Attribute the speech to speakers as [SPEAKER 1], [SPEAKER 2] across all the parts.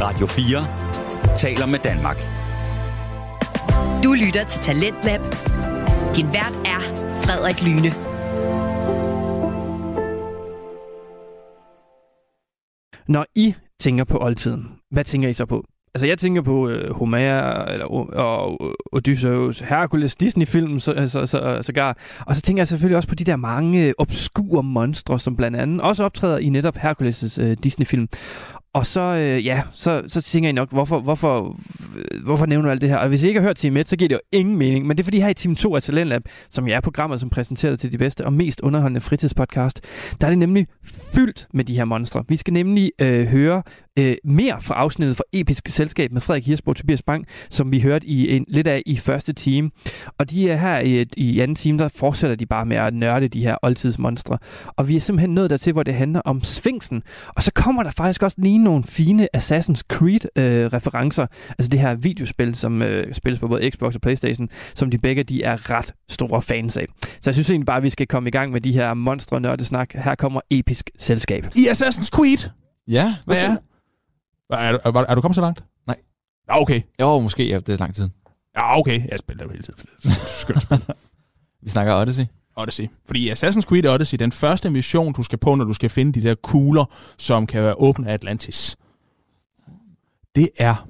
[SPEAKER 1] Radio 4 taler med Danmark.
[SPEAKER 2] Du lytter til Talentlab. Din vært er Frederik Lyne.
[SPEAKER 3] Når I tænker på oldtiden, hvad tænker I så på? Altså, jeg tænker på øh, Homer eller, og, og Odysseus, Hercules, Disney-film, så, så, så, sågar. Og så tænker jeg selvfølgelig også på de der mange øh, obskure monstre, som blandt andet også optræder i netop Hercules' øh, Disney-film. Og så, øh, ja, så, så tænker I nok, hvorfor, hvorfor, hvorfor nævner du alt det her? Og hvis I ikke har hørt Team 1, så giver det jo ingen mening. Men det er fordi her i Team 2 af Talentlab, som jeg er programmet, som præsenterer dig til de bedste og mest underholdende fritidspodcast, der er det nemlig fyldt med de her monstre. Vi skal nemlig øh, høre øh, mere fra afsnittet fra Episk Selskab med Frederik Hirsborg og Tobias Bang, som vi hørte i en, lidt af i første time. Og de er her i, i anden time, der fortsætter de bare med at nørde de her oldtidsmonstre. Og vi er simpelthen nået dertil, hvor det handler om Sphinxen. Og så kommer der faktisk også lige nogle fine Assassin's Creed-referencer. Øh, altså det her videospil, som øh, spilles på både Xbox og Playstation, som de begge de er ret store fans af. Så jeg synes egentlig bare, at vi skal komme i gang med de her monstre nørdesnak. Her kommer Episk Selskab.
[SPEAKER 4] I Assassin's Creed?
[SPEAKER 5] Ja,
[SPEAKER 4] Hvad er? Er du, er, er du kommet så langt?
[SPEAKER 5] Nej.
[SPEAKER 4] Ja, okay.
[SPEAKER 5] Jo, måske, ja, det er lang tid.
[SPEAKER 4] Ja, okay. Jeg spiller jo hele tiden. for det er et Skønt spil.
[SPEAKER 5] Vi snakker Odyssey.
[SPEAKER 4] Odyssey. Fordi i Assassin's Creed Odyssey, den første mission, du skal på, når du skal finde de der kugler, som kan være åbne af Atlantis, det er,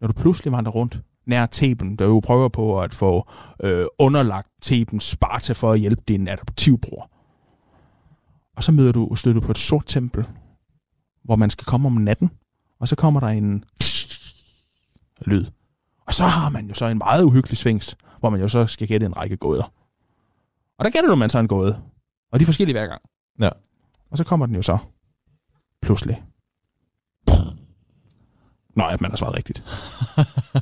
[SPEAKER 4] når du pludselig vandrer rundt nær Theben, der jo prøver på at få øh, underlagt Thebens Sparta for at hjælpe din adoptivbror. Og så møder du, støder du på et sort tempel, hvor man skal komme om natten, og så kommer der en lyd. Og så har man jo så en meget uhyggelig svings, hvor man jo så skal gætte en række gåder. Og der gætter du, man så en gåde. Og de er forskellige hver gang.
[SPEAKER 5] Ja.
[SPEAKER 4] Og så kommer den jo så. Pludselig. Nej, man har svaret rigtigt.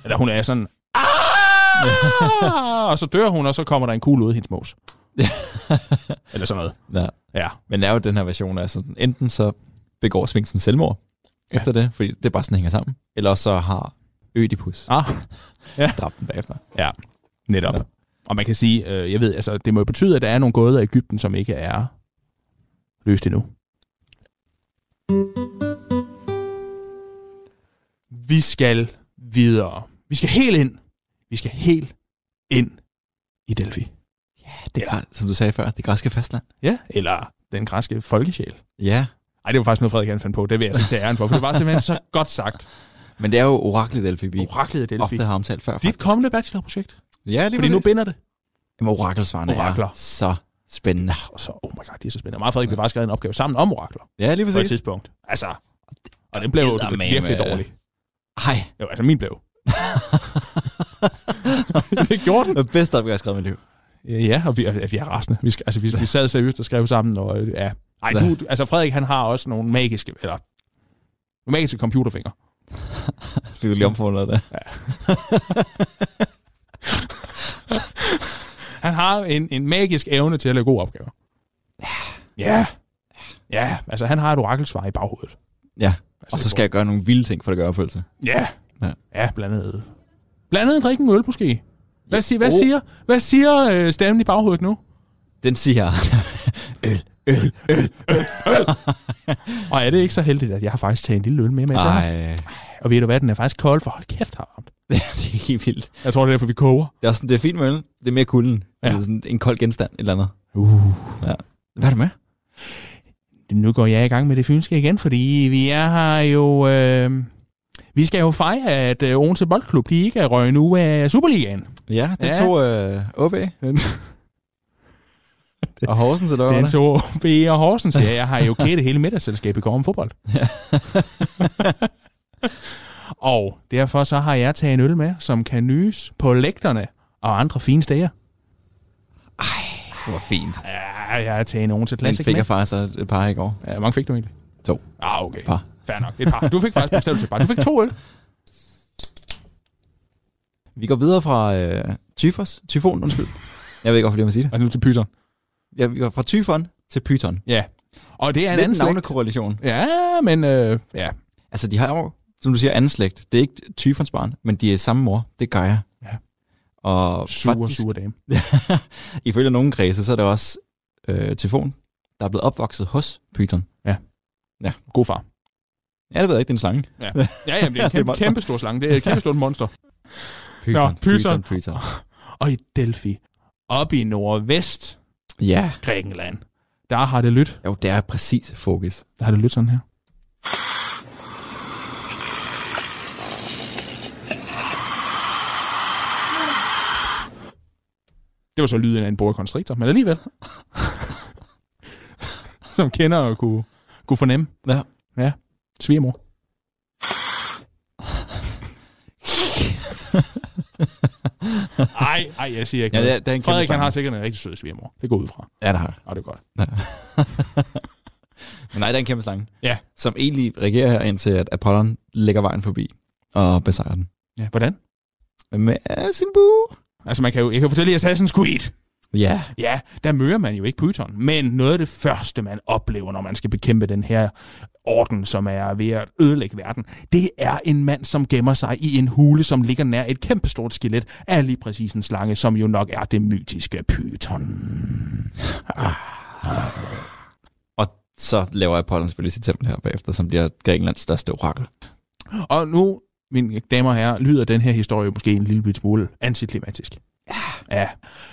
[SPEAKER 4] Eller hun er sådan... "Ah!" og så dør hun, og så kommer der en kugle ud af hendes mos. Eller sådan noget.
[SPEAKER 5] ja.
[SPEAKER 4] Ja.
[SPEAKER 5] Men det er jo den her version af sådan, enten så begår Svingsen selvmord ja. efter det, fordi det er bare sådan, det hænger sammen. Eller også så har Ødipus
[SPEAKER 4] Ah,
[SPEAKER 5] dræbt den bagefter.
[SPEAKER 4] netop.
[SPEAKER 5] Ja.
[SPEAKER 4] Og man kan sige, øh, jeg ved, altså, det må jo betyde, at der er nogle gåder i Ægypten, som ikke er løst endnu. Vi skal videre. Vi skal helt ind. Vi skal helt ind i Delphi.
[SPEAKER 5] Det er, som du sagde før, det græske fastland.
[SPEAKER 4] Ja, eller den græske folkesjæl.
[SPEAKER 5] Ja,
[SPEAKER 4] Ej, det var faktisk noget, Frederik han fandt på. Det vil jeg så ikke tage æren for, for det var simpelthen så godt sagt.
[SPEAKER 5] men det er jo oraklet Delphi, vi
[SPEAKER 4] Oraklet af Delphi.
[SPEAKER 5] ofte har omtalt før.
[SPEAKER 4] Dit
[SPEAKER 5] faktisk.
[SPEAKER 4] kommende bachelorprojekt.
[SPEAKER 5] Ja, lige
[SPEAKER 4] Fordi nu binder det.
[SPEAKER 5] Jamen, orakelsvarene
[SPEAKER 4] Orakler.
[SPEAKER 5] er så spændende.
[SPEAKER 4] Og så, oh my god, det er så spændende. Meget Frederik, vi har faktisk skrevet en opgave sammen om orakler.
[SPEAKER 5] Ja, lige
[SPEAKER 4] på et
[SPEAKER 5] præcis.
[SPEAKER 4] tidspunkt. Altså, og den blev jo
[SPEAKER 5] Eddermame.
[SPEAKER 4] virkelig dårlig.
[SPEAKER 5] Hej.
[SPEAKER 4] Jo, altså min blev. det gjorde den.
[SPEAKER 5] Det var bedste opgave, jeg har skrevet i mit liv.
[SPEAKER 4] Ja, og vi, er- vi er rasende. Vi, skal, altså, vi, vi sad seriøst og skrev sammen, og øh, ja. Ej,
[SPEAKER 5] Hva?
[SPEAKER 4] du, du- altså Frederik, han har også nogle magiske, eller nogle magiske computerfingre.
[SPEAKER 5] Fik du lige omfundet det?
[SPEAKER 4] Han har en, en magisk evne til at lave gode opgaver. Ja. Ja. Ja, altså han har et orakelsvar i baghovedet.
[SPEAKER 5] Ja,
[SPEAKER 4] Altså,
[SPEAKER 5] og så skal jeg gøre nogle vilde ting for at gøre opfølgelse.
[SPEAKER 4] Ja.
[SPEAKER 5] Ja.
[SPEAKER 4] Ja, blandt andet. Blandt andet drikke en øl, måske. Hvad, sig, hvad
[SPEAKER 5] Oh.
[SPEAKER 4] siger, hvad siger øh, stemmen i baghovedet nu?
[SPEAKER 5] Den siger,
[SPEAKER 4] Og er det ikke så heldigt, at jeg har faktisk taget en lille øl med med til
[SPEAKER 5] nej,
[SPEAKER 4] dig? Og ved du hvad, den er faktisk kold, for hold kæft har varmt.
[SPEAKER 5] det er helt vildt.
[SPEAKER 4] Jeg tror, det er derfor, vi koger.
[SPEAKER 5] Det er, sådan, det er fint med øl. Det er mere kulden.
[SPEAKER 4] Ja.
[SPEAKER 5] Ja. Det er sådan en kold genstand, et eller andet.
[SPEAKER 4] Uh.
[SPEAKER 5] Hvad er det med?
[SPEAKER 4] Nu går jeg i gang med det fynske igen, fordi vi er her jo... Øh, vi skal jo fejre, at øh, Odense Boldklub, de ikke er røget nu af Superligaen.
[SPEAKER 5] Ja,
[SPEAKER 4] Ja.
[SPEAKER 5] den ja. tog øh, OB.
[SPEAKER 4] Den,
[SPEAKER 5] Og Horsens, eller hvad var
[SPEAKER 4] den
[SPEAKER 5] det?
[SPEAKER 4] tog B og Horsens. Ja, jeg har jo kædet hele middagsselskabet i går om fodbold. og derfor så har jeg taget en øl med, som kan nyes på lægterne og andre fine steder.
[SPEAKER 5] Det var fint.
[SPEAKER 4] Ja, jeg har taget en Odense
[SPEAKER 5] Den
[SPEAKER 4] Classic
[SPEAKER 5] fik
[SPEAKER 4] med.
[SPEAKER 5] jeg faktisk et par i går.
[SPEAKER 4] Ja, hvor mange fik du egentlig?
[SPEAKER 5] To.
[SPEAKER 4] Ah, okay.
[SPEAKER 5] Par.
[SPEAKER 4] Fair nok. Et par. Du fik faktisk bestemt til et par. Du fik to øl.
[SPEAKER 5] Vi går videre fra øh, tyfos, tyfon, undskyld. Jeg ved ikke, hvorfor det er, man siger det.
[SPEAKER 4] Og nu til pyser.
[SPEAKER 5] Ja, vi går fra tyfon til pyton. Det
[SPEAKER 4] Ja. Og det er
[SPEAKER 5] er
[SPEAKER 4] en
[SPEAKER 5] en
[SPEAKER 4] anden slægt.
[SPEAKER 5] navnekorrelation.
[SPEAKER 4] Ja, men øh, ja.
[SPEAKER 5] Altså, de har jo, som du siger, anden slægt. Det er ikke tyfons barn, men de er samme mor. Det gør jeg.
[SPEAKER 4] Ja.
[SPEAKER 5] Og
[SPEAKER 4] Sure,
[SPEAKER 5] faktisk,
[SPEAKER 4] sure dame.
[SPEAKER 5] ifølge nogle kredse, så er det også øh, tyfon, der er blevet opvokset hos pyton.
[SPEAKER 4] God far.
[SPEAKER 5] Ja, det ved jeg ikke, det er en slange.
[SPEAKER 4] Ja, ja jamen, det er en kæmpe, kæmpe stor slange. Det er et kæmpe stort monster. Nå, pyton.
[SPEAKER 5] pyton.
[SPEAKER 4] Og i Delphi, oppe i nordvest
[SPEAKER 5] Ja,
[SPEAKER 4] Grækenland, der har det lyttet.
[SPEAKER 5] jo, det er præcis fokus.
[SPEAKER 4] Der har det lyttet sådan her. Det var så lyden af en boa constrictor, men alligevel. Som kender og kunne, kunne fornemme.
[SPEAKER 5] Ja.
[SPEAKER 4] Ja. Svigermor. Ej, ej, jeg siger ikke
[SPEAKER 5] Ja, det
[SPEAKER 4] noget.
[SPEAKER 5] er, det er en kæmpe
[SPEAKER 4] Frederik, han
[SPEAKER 5] slange.
[SPEAKER 4] har sikkert en rigtig sød svigermor. Det går ud fra.
[SPEAKER 5] Ja, det har jeg.
[SPEAKER 4] Og det er godt.
[SPEAKER 5] Men nej, det er en kæmpe slange.
[SPEAKER 4] Ja.
[SPEAKER 5] Som egentlig regerer her, indtil at Apollon lægger vejen forbi og besejrer den.
[SPEAKER 4] Ja, hvordan?
[SPEAKER 5] Med øh, sin bue.
[SPEAKER 4] Altså, man kan jo, jeg kan fortælle i Assassin's Creed,
[SPEAKER 5] Ja,
[SPEAKER 4] Ja, der møder man jo ikke Python, men noget af det første, man oplever, når man skal bekæmpe den her orden, som er ved at ødelægge verden, det er en mand, som gemmer sig i en hule, som ligger nær et kæmpestort skelet af lige præcis en slange, som jo nok er det mytiske Python.
[SPEAKER 5] og så laver Apollon selvfølgelig sit tempel her bagefter, som bliver Grækenlands største orakel.
[SPEAKER 4] Og nu, mine damer og herrer, lyder den her historie måske en lille bit smule antiklimatisk. Ja. ja,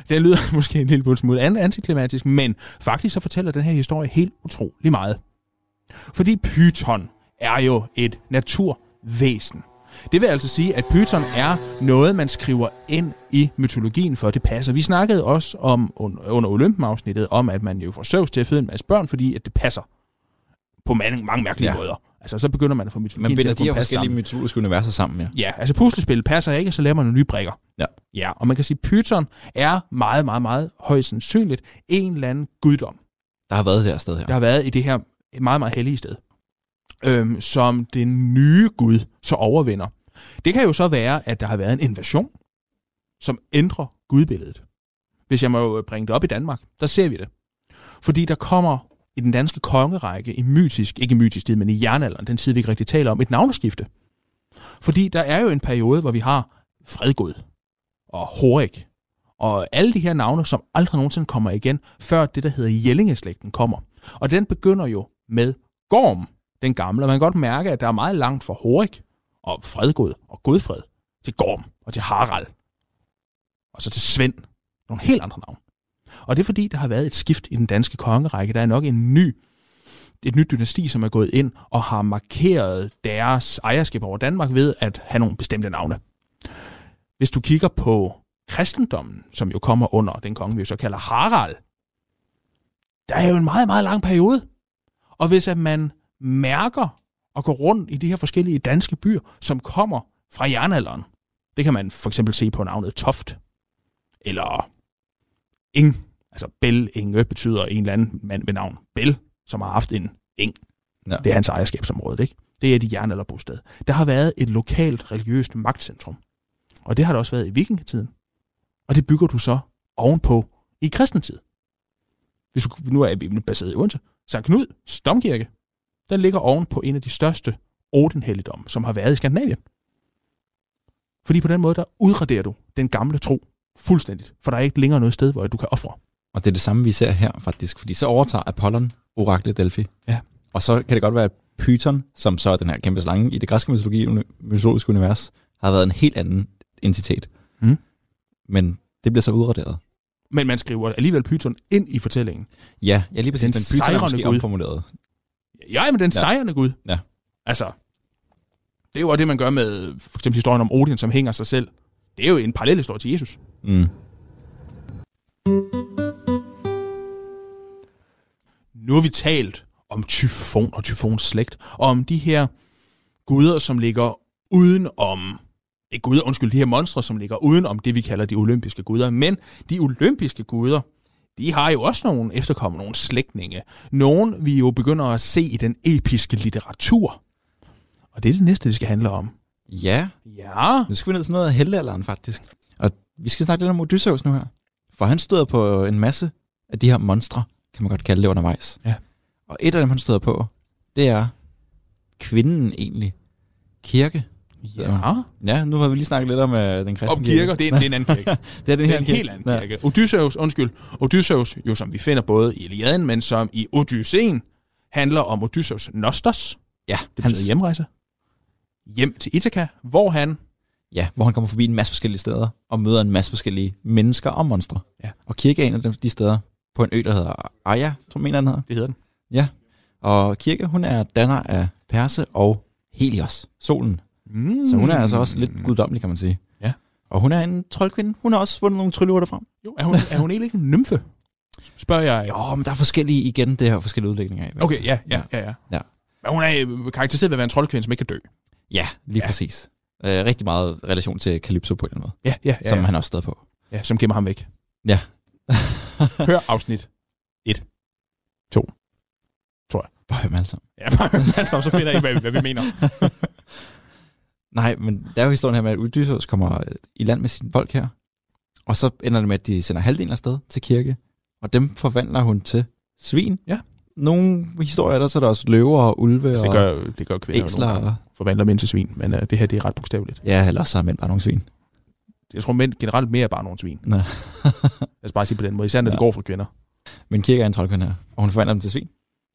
[SPEAKER 4] den lyder måske en lille bit smule an- antiklimatisk, men faktisk så fortæller den her historie helt utrolig meget. Fordi Python er jo et naturvæsen. Det vil altså sige, at Python er noget, man skriver ind i mytologien, for det passer. Vi snakkede også om un- under Olympen-afsnittet om, at man jo får Zeus til at føde en masse børn, fordi at det passer på mange, mange mærkelige
[SPEAKER 5] Ja.
[SPEAKER 4] ja. måder. Altså, så begynder man at få mytologien
[SPEAKER 5] Man
[SPEAKER 4] til
[SPEAKER 5] binder
[SPEAKER 4] at
[SPEAKER 5] de
[SPEAKER 4] kunne
[SPEAKER 5] her
[SPEAKER 4] passe
[SPEAKER 5] forskellige
[SPEAKER 4] sammen.
[SPEAKER 5] mytologiske universer sammen, ja.
[SPEAKER 4] Ja, altså puslespil passer ikke, så laver man nogle nye brikker.
[SPEAKER 5] Ja.
[SPEAKER 4] Ja, og man kan sige, at Python er meget, meget, meget højst sandsynligt en eller anden guddom,
[SPEAKER 5] Der har været det her sted her.
[SPEAKER 4] der har været i det her meget, meget hellige sted, øhm, som den nye gud så overvinder. Det kan jo så være, at der har været en invasion, som ændrer gudbilledet. Hvis jeg må bringe det op i Danmark, der ser vi det. Fordi der kommer i den danske kongerække i mytisk, ikke i mytisk tid, men i jernalderen, den tid vi ikke rigtig taler om, et navneskifte. Fordi der er jo en periode, hvor vi har Fredgod og Horik og alle de her navne, som aldrig nogensinde kommer igen, før det, der hedder Jellingeslægten kommer. Og den begynder jo med Gorm, den gamle, og man kan godt mærke, at der er meget langt fra Horik og Fredgod og Godfred til Gorm og til Harald. Og så til Svend. Nogle helt andre navne. Og det er fordi, der har været et skift i den danske kongerække. Der er nok en ny et nyt dynasti, som er gået ind og har markeret deres ejerskab over Danmark ved at have nogle bestemte navne. Hvis du kigger på kristendommen, som jo kommer under den konge, vi jo så kalder Harald, der er jo en meget, meget lang periode. Og hvis at man mærker og går rundt i de her forskellige danske byer, som kommer fra jernalderen, det kan man for eksempel se på navnet Toft, eller Ing, altså Bell Inge betyder en eller anden mand ved navn Bell, som har haft en eng.
[SPEAKER 5] Ja.
[SPEAKER 4] Ja. Det er hans ejerskabsområde, ikke? Det er de jern eller bosted. Der har været et lokalt religiøst magtcentrum. Og det har der også været i vikingetiden. Og det bygger du så ovenpå i kristentid. Hvis du, nu er Bibelen baseret i Odense. Sankt Knud, Domkirke, den ligger oven på en af de største Odenhelligdomme, som har været i Skandinavien. Fordi på den måde, der udraderer du den gamle tro fuldstændigt. For der er ikke længere noget sted, hvor du kan ofre.
[SPEAKER 5] Og det er det samme, vi ser her faktisk, fordi så overtager Apollon oraklet Delphi.
[SPEAKER 4] Ja.
[SPEAKER 5] Og så kan det godt være, at Python, som så er den her kæmpe slange i det græske mytologi, uni- mytologiske univers, har været en helt anden entitet.
[SPEAKER 4] Mm.
[SPEAKER 5] Men det bliver så udraderet.
[SPEAKER 4] Men man skriver alligevel Python ind i fortællingen.
[SPEAKER 5] Ja, ja lige præcis.
[SPEAKER 4] Den
[SPEAKER 5] Den, den Python er
[SPEAKER 4] sejrende
[SPEAKER 5] måske
[SPEAKER 4] gud.
[SPEAKER 5] omformuleret.
[SPEAKER 4] Ja, men den
[SPEAKER 5] Ja.
[SPEAKER 4] ja. sejrende gud.
[SPEAKER 5] Ja.
[SPEAKER 4] Altså, det er jo også det, man gør med for eksempel historien om Odin, som hænger sig selv. Det er jo en parallel historie til Jesus.
[SPEAKER 5] Mm.
[SPEAKER 4] Nu har vi talt om tyfon og tyfons slægt, og om de her guder, som ligger uden om... Ikke guder, undskyld, de her monstre, som ligger uden om det, vi kalder de olympiske guder. Men de olympiske guder, de har jo også nogle efterkommende, nogle slægtninge. Nogle, vi jo begynder at se i den episke litteratur. Og det er det næste, det skal handle om.
[SPEAKER 5] Ja,
[SPEAKER 4] Ja,
[SPEAKER 5] nu skal vi ned til noget af heldealderen faktisk. Og vi skal snakke lidt om Odysseus nu her. For han støder på en masse af de her monstre, kan man godt kalde det undervejs.
[SPEAKER 4] Ja.
[SPEAKER 5] Og et af dem, han støder på, det er kvinden egentlig. Kirke.
[SPEAKER 4] ja.
[SPEAKER 5] Ja, nu har vi lige snakket lidt om øh, den kristne
[SPEAKER 4] Om kirker, det er, det er en anden kirke.
[SPEAKER 5] det er den
[SPEAKER 4] Det
[SPEAKER 5] her
[SPEAKER 4] er en helt anden kirke. Ja. Odysseus, undskyld, Odysseus, jo som vi finder både i Iliaden, men som i Odysseen, handler om Odysseus Nostos,
[SPEAKER 5] Ja,
[SPEAKER 4] Det betyder hjemrejse. Hjem til Ithaca, hvor han...
[SPEAKER 5] Ja, hvor han kommer forbi en masse forskellige steder og møder en masse forskellige mennesker og monstre.
[SPEAKER 4] Ja.
[SPEAKER 5] Og Kirke er en af dem, de steder på en ø, der hedder Aya, tror jeg, mener han hedder.
[SPEAKER 4] Det hedder den.
[SPEAKER 5] Og Kirke, hun er danner af Perse og Helios, solen.
[SPEAKER 4] Mm.
[SPEAKER 5] Så hun er altså også lidt guddommelig, kan man sige.
[SPEAKER 4] Ja.
[SPEAKER 5] Og hun er en troldkvinde. Hun har også fundet nogle trylleurter frem.
[SPEAKER 4] Jo, er hun, er hun egentlig ikke en nymfe? Spørger jeg.
[SPEAKER 5] Jo, men der er forskellige igen, det her forskellige udlægninger af.
[SPEAKER 4] Okay, ja, ja, ja. ja.
[SPEAKER 5] Ja.
[SPEAKER 4] Men hun er øh, karakteriseret ved at være en troldkvinde, som ikke kan dø.
[SPEAKER 5] Ja, lige
[SPEAKER 4] Ja.
[SPEAKER 5] ja. præcis. Øh, rigtig meget relation til Calypso på en eller anden måde,
[SPEAKER 4] Ja, ja,
[SPEAKER 5] ja, som ja. han også stod på.
[SPEAKER 4] ja, som gemmer ham væk.
[SPEAKER 5] Ja.
[SPEAKER 4] Hør afsnit.
[SPEAKER 5] Bare hør dem alle sammen.
[SPEAKER 4] Ja, bare hør dem alle sammen, så finder I, hvad, hvad vi mener.
[SPEAKER 5] Nej, men der er jo historien her med, at Odysseus kommer øh, i land med sin folk her, og så ender det med, at de sender halvdelen afsted til kirke, og dem forvandler hun til svin.
[SPEAKER 4] Ja.
[SPEAKER 5] Nogle historier er der, så er der også løver og ulve
[SPEAKER 4] Altså,
[SPEAKER 5] og
[SPEAKER 4] det gør, det gør kvinder
[SPEAKER 5] æsler.
[SPEAKER 4] Æsler. nogle
[SPEAKER 5] og-
[SPEAKER 4] gange. Forvandler mænd til svin, men uh, det her det er ret bogstaveligt.
[SPEAKER 5] Ja, eller også er mænd bare nogle svin.
[SPEAKER 4] Jeg tror, mænd generelt mere er bare nogle svin.
[SPEAKER 5] Nå.
[SPEAKER 4] Lad os bare sige på den måde, især når ja. det
[SPEAKER 5] Ja.
[SPEAKER 4] går for kvinder.
[SPEAKER 5] Men kirke er en troldkvinde her, og hun forvandler dem til svin.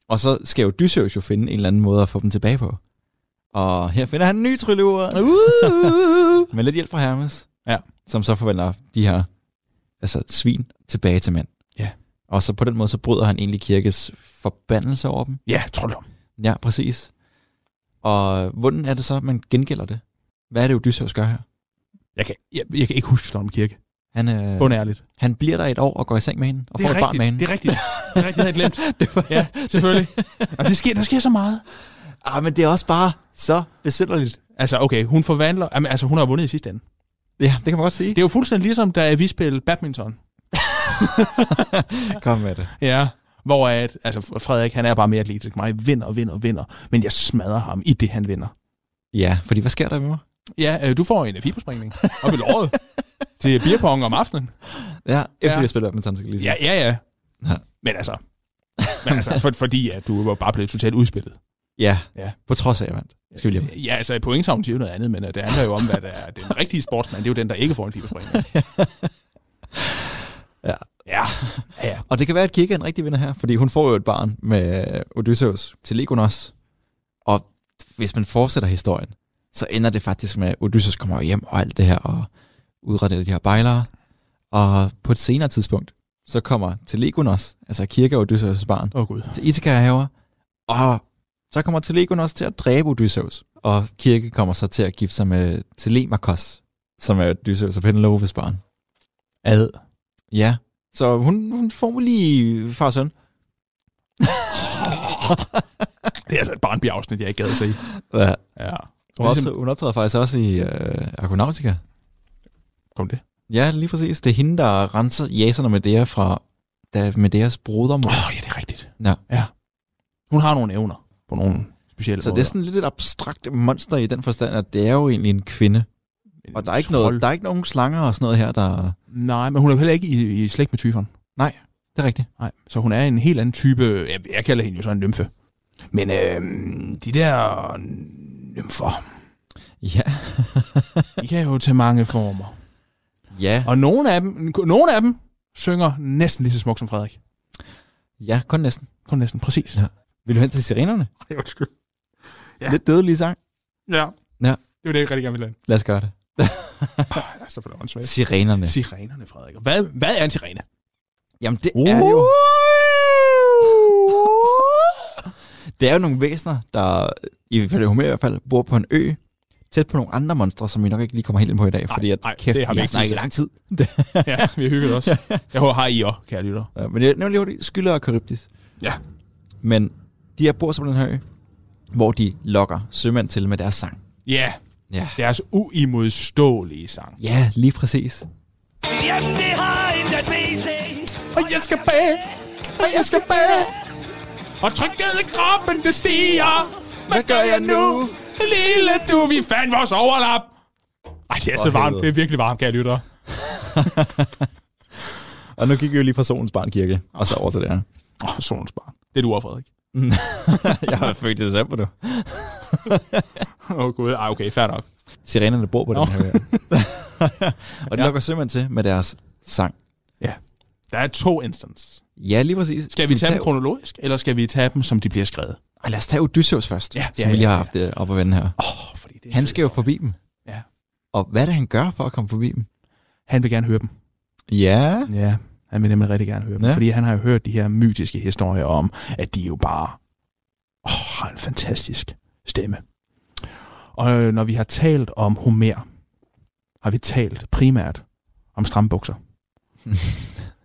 [SPEAKER 5] Og så skal Odysseus jo finde en eller anden måde at få dem tilbage på. Og her finder han en ny trylleur.
[SPEAKER 4] Uh!
[SPEAKER 5] Med lidt hjælp fra Hermes.
[SPEAKER 4] Ja.
[SPEAKER 5] Som så forvandler de her altså, svin tilbage til mænd.
[SPEAKER 4] Ja.
[SPEAKER 5] Og så på den måde, så bryder han egentlig kirkes forbandelse over dem.
[SPEAKER 4] ja, trolddom.
[SPEAKER 5] Ja, præcis. Og hvordan er det så, at man gengælder det? Hvad er det, Odysseus gør her?
[SPEAKER 4] Jeg kan, jeg, jeg kan ikke huske Trolddom Kirke.
[SPEAKER 5] Han, øh,
[SPEAKER 4] Bundærligt.
[SPEAKER 5] han bliver der et år og går i seng med hende, og får et barn med hende.
[SPEAKER 4] det er rigtigt. Det er rigtigt, jeg havde glemt. Ja, selvfølgelig. Jamen, det sker, der sker så meget.
[SPEAKER 5] Ah, men det er også bare så besynderligt.
[SPEAKER 4] Altså, okay, hun forvandler... Jamen, altså, hun har vundet i sidste ende.
[SPEAKER 5] Ja, det kan man godt sige.
[SPEAKER 4] Det er jo fuldstændig ligesom, da vi spillede badminton.
[SPEAKER 5] Kom med det.
[SPEAKER 4] Ja. Hvor at, altså, Frederik, han er bare mere atletisk end mig. Vinder, vinder, vinder. Men jeg smadrer ham i det, han vinder.
[SPEAKER 5] Ja, fordi hvad sker der med mig?
[SPEAKER 4] Ja, øh, du får en øh, fiberspringning op i låret til beerpong om aftenen.
[SPEAKER 5] Ja, efter
[SPEAKER 4] Ja.
[SPEAKER 5] ja. jeg spiller badminton, skal jeg lige sige.
[SPEAKER 4] Ja, ja, ja.
[SPEAKER 5] Ja.
[SPEAKER 4] Men altså, men altså for, fordi at du var bare blevet totalt udspillet.
[SPEAKER 5] ja.
[SPEAKER 4] Ja.
[SPEAKER 5] ja. På trods af, at jeg vandt. Skal vi lige have.
[SPEAKER 4] Ja, altså pointtavlen siger jo noget andet, men øh, det handler jo om, at øh, den rigtige sportsmand, det er jo den, der ikke får en fiberspringning.
[SPEAKER 5] Ja.
[SPEAKER 4] Ja, ja, ja.
[SPEAKER 5] Og det kan være, at Kika er en rigtig vinder her, fordi hun får jo et barn med Odysseus til Legonos. Og hvis man fortsætter historien, så ender det faktisk med, at Odysseus kommer hjem og alt det her, og udretter de her bejlere. Og på et senere tidspunkt, så kommer til Legonos, altså Kirke og Odysseus' barn,
[SPEAKER 4] Åh oh, gud.
[SPEAKER 5] til Ithaka-haver, og så kommer Telegon også til at dræbe Odysseus. Og Kirke kommer så til at gifte sig med Telemachos, som er Odysseus og Penelopes barn.
[SPEAKER 4] Ad.
[SPEAKER 5] Ja, så hun, hun får lige far og søn.
[SPEAKER 4] Det er altså et barnbjerg-afsnit, jeg ikke gad at se.
[SPEAKER 5] Ja,
[SPEAKER 4] Ja.
[SPEAKER 5] hun,
[SPEAKER 4] Ligesom-
[SPEAKER 5] optræder, hun optræder faktisk også i øh, Argonautica.
[SPEAKER 4] Kom det.
[SPEAKER 5] Ja, lige præcis. Det er hende, der renser jaserne med Medea fra da Medeas brodermor.
[SPEAKER 4] Åh, oh, ja, det er rigtigt.
[SPEAKER 5] Ja.
[SPEAKER 4] ja. Hun har nogle evner på nogle specielle
[SPEAKER 5] Så det er
[SPEAKER 4] måder.
[SPEAKER 5] sådan lidt et abstrakt monster i den forstand, at det er jo egentlig en kvinde.
[SPEAKER 4] En
[SPEAKER 5] Og der er ikke,
[SPEAKER 4] trold.
[SPEAKER 5] noget, der er ikke nogen slanger og sådan noget her, der...
[SPEAKER 4] Nej, men hun er jo heller ikke i, i slægt med tyferen.
[SPEAKER 5] Det er rigtigt.
[SPEAKER 4] Nej, så hun er en helt anden type. Jeg, jeg kalder hende jo så en nymfe. Men øh, de der nymfer,
[SPEAKER 5] Ja.
[SPEAKER 4] de kan jo tage mange former.
[SPEAKER 5] Ja.
[SPEAKER 4] Og nogle af dem, nogle af dem synger næsten lige så smukt som Frederik.
[SPEAKER 5] Ja, kun næsten.
[SPEAKER 4] Kun næsten, præcis.
[SPEAKER 5] Ja. Vil du hen til sirenerne?
[SPEAKER 4] Ja. Undskyld. Ja.
[SPEAKER 5] Ja. Lidt dødelig sang.
[SPEAKER 4] Ja.
[SPEAKER 5] Ja.
[SPEAKER 4] Det var det, jeg rigtig gerne ville lave.
[SPEAKER 5] Lad os gøre det.
[SPEAKER 4] Ja, så for det åndssvagt.
[SPEAKER 5] Sirenerne.
[SPEAKER 4] Sirenerne, Frederik. Hvad, hvad er en sirene?
[SPEAKER 5] Jamen, det er jo... Det er jo nogle væsener, der ifølge Homer i hvert fald bor på en ø, tæt på nogle andre monstre, som vi nok ikke lige kommer helt ind på i dag, fordi at,
[SPEAKER 4] nej,
[SPEAKER 5] kæft,
[SPEAKER 4] det har vi
[SPEAKER 5] vi
[SPEAKER 4] ikke
[SPEAKER 5] har snakket
[SPEAKER 4] tid
[SPEAKER 5] i
[SPEAKER 4] til.
[SPEAKER 5] lang tid.
[SPEAKER 4] ja, vi har hygget os. Jeg håber, har I også, kære lytter.
[SPEAKER 5] Ja, men jeg nævner lige hurtigt, skylder og Charybdis.
[SPEAKER 4] Ja.
[SPEAKER 5] Men de her bor så på den her ø, hvor de lokker sømænd til med deres sang.
[SPEAKER 4] Ja,
[SPEAKER 5] Ja.
[SPEAKER 4] deres uimodståelige sang.
[SPEAKER 5] Ja, lige præcis.
[SPEAKER 6] Jamen, det har intet med sig.
[SPEAKER 4] Og jeg skal bage, og jeg skal bage. Og trykket i kroppen, det stiger. Hvad gør jeg nu? Lille du, vi fandt vores overlap. Ej, det er så
[SPEAKER 5] For
[SPEAKER 4] varmt.
[SPEAKER 5] helvede.
[SPEAKER 4] Det er virkelig varmt, kære lytter.
[SPEAKER 5] Og nu gik vi jo lige fra Solens Barnkirke, og så over til det her.
[SPEAKER 4] Åh, oh, solens barn. Det er du også, Frederik.
[SPEAKER 5] Jeg har født i december, du.
[SPEAKER 4] Åh, oh, gud. Ej, okay, fair nok.
[SPEAKER 5] Sirenerne bor på
[SPEAKER 4] Nå.
[SPEAKER 5] den her ø. og de
[SPEAKER 4] Ja.
[SPEAKER 5] lokker sømænd til med deres sang.
[SPEAKER 4] Der er to instance.
[SPEAKER 5] Ja, lige præcis.
[SPEAKER 4] Skal vi tage dem kronologisk, eller skal vi tage dem, som de bliver skrevet?
[SPEAKER 5] Men lad os tage Odysseus først,
[SPEAKER 4] Ja,
[SPEAKER 5] ja, som
[SPEAKER 4] ja,
[SPEAKER 5] vi lige
[SPEAKER 4] ja,
[SPEAKER 5] har haft ja. op at vende her.
[SPEAKER 4] Oh, fordi det er en
[SPEAKER 5] Han
[SPEAKER 4] fed
[SPEAKER 5] skal jo
[SPEAKER 4] historie.
[SPEAKER 5] forbi dem.
[SPEAKER 4] Ja.
[SPEAKER 5] Og hvad er det, han gør for at komme forbi dem?
[SPEAKER 4] Han vil gerne høre dem.
[SPEAKER 5] Ja,
[SPEAKER 4] Ja, han vil nemlig rigtig gerne høre dem. Ja.
[SPEAKER 5] Ja.
[SPEAKER 4] Fordi han har jo hørt de her mytiske historier om, at de jo bare åh, har en fantastisk stemme. Og øh, når vi har talt om Homer, har vi talt primært om strambukser.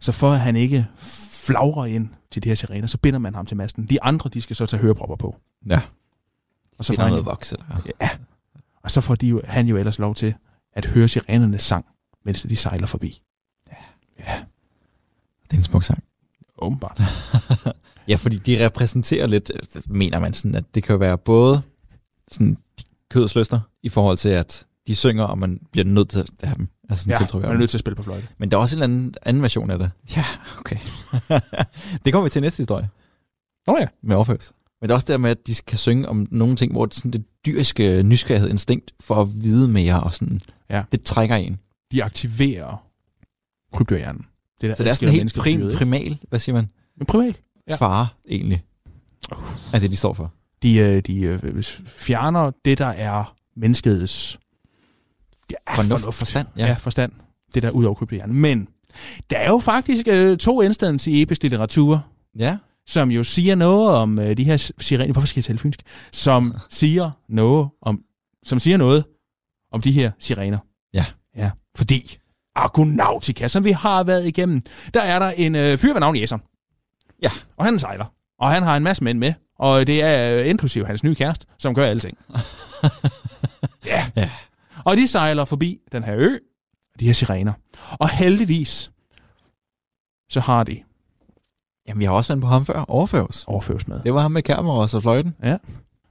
[SPEAKER 4] så for at han ikke flagrer ind til de her sirener, så binder man ham til masten. De andre, de skal så tage hørepropper på.
[SPEAKER 5] Ja.
[SPEAKER 4] Og så
[SPEAKER 5] så
[SPEAKER 4] får,
[SPEAKER 5] finder
[SPEAKER 4] han,
[SPEAKER 5] noget vokse der.
[SPEAKER 4] ja, og så får de jo, han jo ellers lov til at høre sirenernes sang, mens de sejler forbi.
[SPEAKER 5] Det er en smuk sang.
[SPEAKER 4] Åbenbart.
[SPEAKER 5] Ja, fordi de repræsenterer lidt, øh, mener man sådan, at det kan jo være både sådan kødsløsner i forhold til, at de synger, og man bliver nødt til at have dem. Altså sådan
[SPEAKER 4] Ja,
[SPEAKER 5] ja, tiltryk af
[SPEAKER 4] man er
[SPEAKER 5] dem.
[SPEAKER 4] nødt til at spille på fløjte.
[SPEAKER 5] Men der er også en anden, anden version af det. Ja, okay. det kommer vi til i næste historie.
[SPEAKER 4] Nå ja.
[SPEAKER 5] med overførsel. Men det er også der med, at de kan synge om nogle ting, hvor det, sådan, det dyriske nysgerrighed, instinkt for at vide mere, og sådan,
[SPEAKER 4] Ja.
[SPEAKER 5] det trækker en.
[SPEAKER 4] de aktiverer krybdyrhjernen. Det der
[SPEAKER 5] Så det er sådan en helt prim, primal, hvad siger man,
[SPEAKER 4] prim, primal. Ja.
[SPEAKER 5] ja. Uh. fare egentlig, af det, de står for.
[SPEAKER 4] De, øh, de øh, fjerner det, der er menneskets ja,
[SPEAKER 5] Fornuft, forstand,
[SPEAKER 4] Ja.
[SPEAKER 5] ja.
[SPEAKER 4] ja, forstand. Det der er ud over krybdyrhjernen. Men der er jo faktisk øh, to instanser i episk litteratur,
[SPEAKER 5] Ja,
[SPEAKER 4] som jo siger noget om øh, de her s- sirener. Hvorfor skal jeg tale fynsk? Som siger noget om, som siger noget om de her sirener.
[SPEAKER 5] Ja.
[SPEAKER 4] Ja, fordi Argonautica, som vi har været igennem, der er der en øh, fyr ved navn Jæsson.
[SPEAKER 5] Ja.
[SPEAKER 4] Og han sejler. Og han har en masse mænd med. Og det er øh, inklusive hans nye kæreste, som gør alting. ja.
[SPEAKER 5] Ja.
[SPEAKER 4] Og de sejler forbi den her ø, de her sirener. Og heldigvis, så har de
[SPEAKER 5] jamen vi har også været på ham før, overføres.
[SPEAKER 4] overføres med.
[SPEAKER 5] Det var ham med kamera og så fløjten.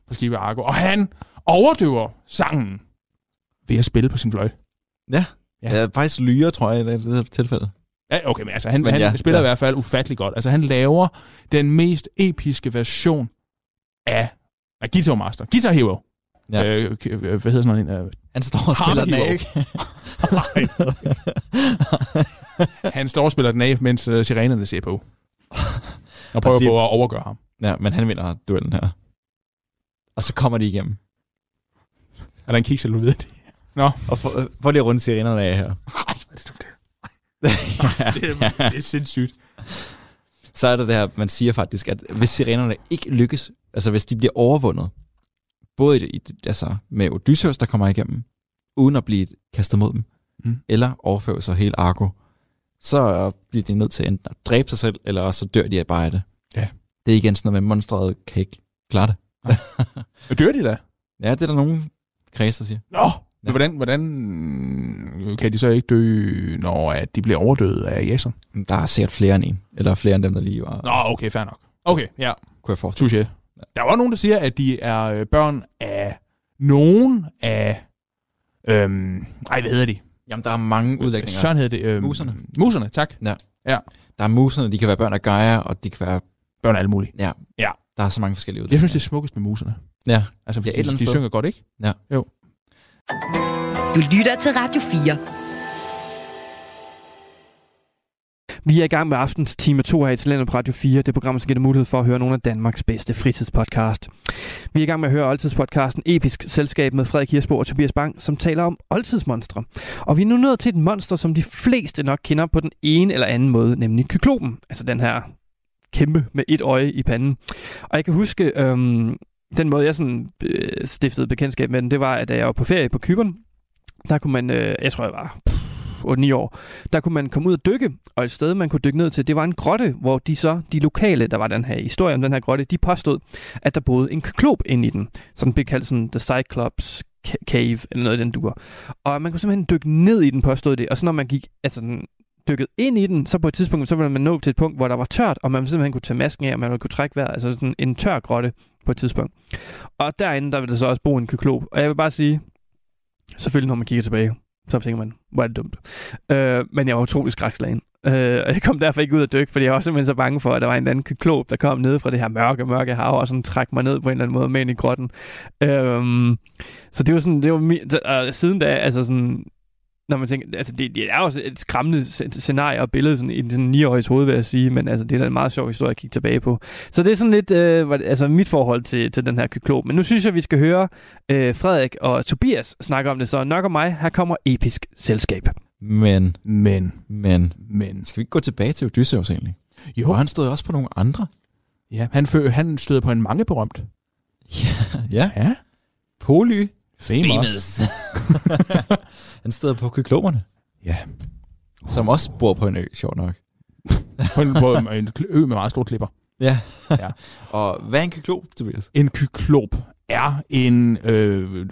[SPEAKER 4] på skibet Argo, og han overdøver sangen ved at spille på sin fløj. Ja.
[SPEAKER 5] Ja. Jeg er faktisk lyre, tror jeg, i det her tilfælde.
[SPEAKER 4] Ja, okay, men altså, han, men
[SPEAKER 5] Men
[SPEAKER 4] han
[SPEAKER 5] ja,
[SPEAKER 4] spiller
[SPEAKER 5] ja.
[SPEAKER 4] i hvert fald ufattelig godt. Altså, han laver den mest episke version af, af Guitar Master. Guitar Hero. Ja.
[SPEAKER 5] Ja.
[SPEAKER 4] Øh, k- øh, hvad hedder sådan en? Øh,
[SPEAKER 5] Han står og
[SPEAKER 4] Harmony
[SPEAKER 5] spiller den af,
[SPEAKER 4] Hero.
[SPEAKER 5] ikke?
[SPEAKER 4] øh, han står og spiller den af, mens øh, sirenerne ser på. Og prøver
[SPEAKER 5] Og det-
[SPEAKER 4] på at overgøre ham.
[SPEAKER 5] ja, men han vinder duellen her. Og så kommer de igennem.
[SPEAKER 4] Er der en kiksel, du ved det?
[SPEAKER 5] Og for, for lige at runde sirenerne af her.
[SPEAKER 4] Det er sindssygt.
[SPEAKER 5] så er det det her, man siger faktisk, at hvis sirenerne ikke lykkes, altså hvis de bliver overvundet, både i, det- i, det- altså med Odysseus, der kommer igennem, uden at blive kastet mod dem,
[SPEAKER 4] Mm.
[SPEAKER 5] mm. eller overfører sig helt Argo, så bliver de nødt til enten at dræbe sig selv, eller også så dør de af bare af det.
[SPEAKER 4] Ja.
[SPEAKER 5] Det er igen sådan noget med, monstret kan ikke klare det.
[SPEAKER 4] Dør de da?
[SPEAKER 5] Ja, det er der nogen kreds, der siger.
[SPEAKER 4] Nå! Men hvordan, hvordan øh, kan de så ikke dø, når at de bliver overdøvet af Jason?
[SPEAKER 5] Men Der er sikkert flere end en, eller flere end dem, der lige var,
[SPEAKER 4] Nå, okay, fair nok. Okay, ja.
[SPEAKER 5] kunne jeg forestille
[SPEAKER 4] Touché. Der var nogen, der siger, at de er øh, børn af nogen af... Øhm, ej, hvad hedder de?
[SPEAKER 5] mig. Jamen, der er mange udlægninger.
[SPEAKER 4] Søren hedder det. Øhm,
[SPEAKER 5] Muserne.
[SPEAKER 4] Muserne, tak.
[SPEAKER 5] Der er muserne, de kan være børn af Gaia, og de kan være,
[SPEAKER 4] Børn af alle mulige.
[SPEAKER 5] der er så mange forskellige udlægninger.
[SPEAKER 4] Jeg synes, det er smukkest med muserne.
[SPEAKER 5] Ja,
[SPEAKER 4] Altså,
[SPEAKER 5] Ja,
[SPEAKER 4] fordi
[SPEAKER 5] et
[SPEAKER 4] ja,
[SPEAKER 5] eller
[SPEAKER 4] de,
[SPEAKER 5] andet
[SPEAKER 4] de
[SPEAKER 5] sted.
[SPEAKER 4] synger godt, ikke?
[SPEAKER 2] Du lytter til Radio 4.
[SPEAKER 3] Vi er i gang med aftens time 2 her i Talentet på Radio 4, det program, som giver dig mulighed for at høre nogle af Danmarks bedste fritidspodcast. Vi er i gang med at høre oldtidspodcasten Episk Selskab med Frederik Hirsbo og Tobias Bang, som taler om oldtidsmonstre. Og vi er nu nået til et monster, som de fleste nok kender på den ene eller anden måde, nemlig kyklopen. Altså den her kæmpe med et øje i panden. Og jeg kan huske, øhm, den måde, jeg sådan, øh, stiftede bekendtskab med den, det var, at da jeg var på ferie på Kyberen, der kunne man, øh, jeg tror, jeg var pff, 8-9 år, der kunne man komme ud og dykke, og et sted, man kunne dykke ned til, det var en grotte, hvor de så, de lokale, der var den her historie om den her grotte, de påstod, at der boede en kyklop inde i den. Så den blev kaldt sådan The Cyclops Ca- Cave, eller noget i den dur. Og man kunne simpelthen dykke ned i den, påstod det. Og så når man gik, altså den dykket ind i den, så på et tidspunkt, så ville man nå til et punkt, hvor der var tørt, og man simpelthen kunne tage masken af, og man kunne trække vejret, altså sådan en tør grotte på et tidspunkt. Og derinde, der ville der så også bo en kyklop. Og jeg vil bare sige, selvfølgelig når man kigger tilbage, så tænker man, hvor er det dumt. Øh, men jeg var utrolig skrækslagen. Øh, og jeg kom derfor ikke ud at dykke, fordi jeg var simpelthen så bange for, at der var en eller anden kyklop, der kom ned fra det her mørke, mørke hav, og sådan trak mig ned på en eller anden måde med ind i Øhm, grotten. Øh, så det var sådan, det var mi- d- og siden da, altså sådan, når man tænker, altså det, det er jo også et skræmmende sc- scenarie og billede sådan, i den sådan 9-åriges hoved, vil jeg sige, men altså, det er da en meget sjov historie at kigge tilbage på. Så det er sådan lidt øh, hvad- altså, mit forhold til, til den her kyklop. Men nu synes jeg, vi skal høre øh, Frederik og Tobias snakke om det, så nok om mig, her kommer Episk Selskab.
[SPEAKER 5] Men,
[SPEAKER 4] Men,
[SPEAKER 5] men,
[SPEAKER 4] men.
[SPEAKER 5] skal vi ikke gå tilbage til Odysseus egentlig?
[SPEAKER 4] Jo,
[SPEAKER 5] Jo. Og han stod også på nogle andre.
[SPEAKER 4] ja, han, fø, han støder på en mange berømt.
[SPEAKER 5] Ja,
[SPEAKER 4] Ja,
[SPEAKER 5] Poly.
[SPEAKER 4] famous.
[SPEAKER 5] han stod på kyklomerne,
[SPEAKER 4] Ja,
[SPEAKER 5] som også bor på en ø, sjovt nok.
[SPEAKER 4] på en, på en- en kl- ø med meget store klipper.
[SPEAKER 5] Ja.
[SPEAKER 4] Ja.
[SPEAKER 5] ja. Og hvad er en kyklop, Tobias?
[SPEAKER 4] En kyklop er en... Øh,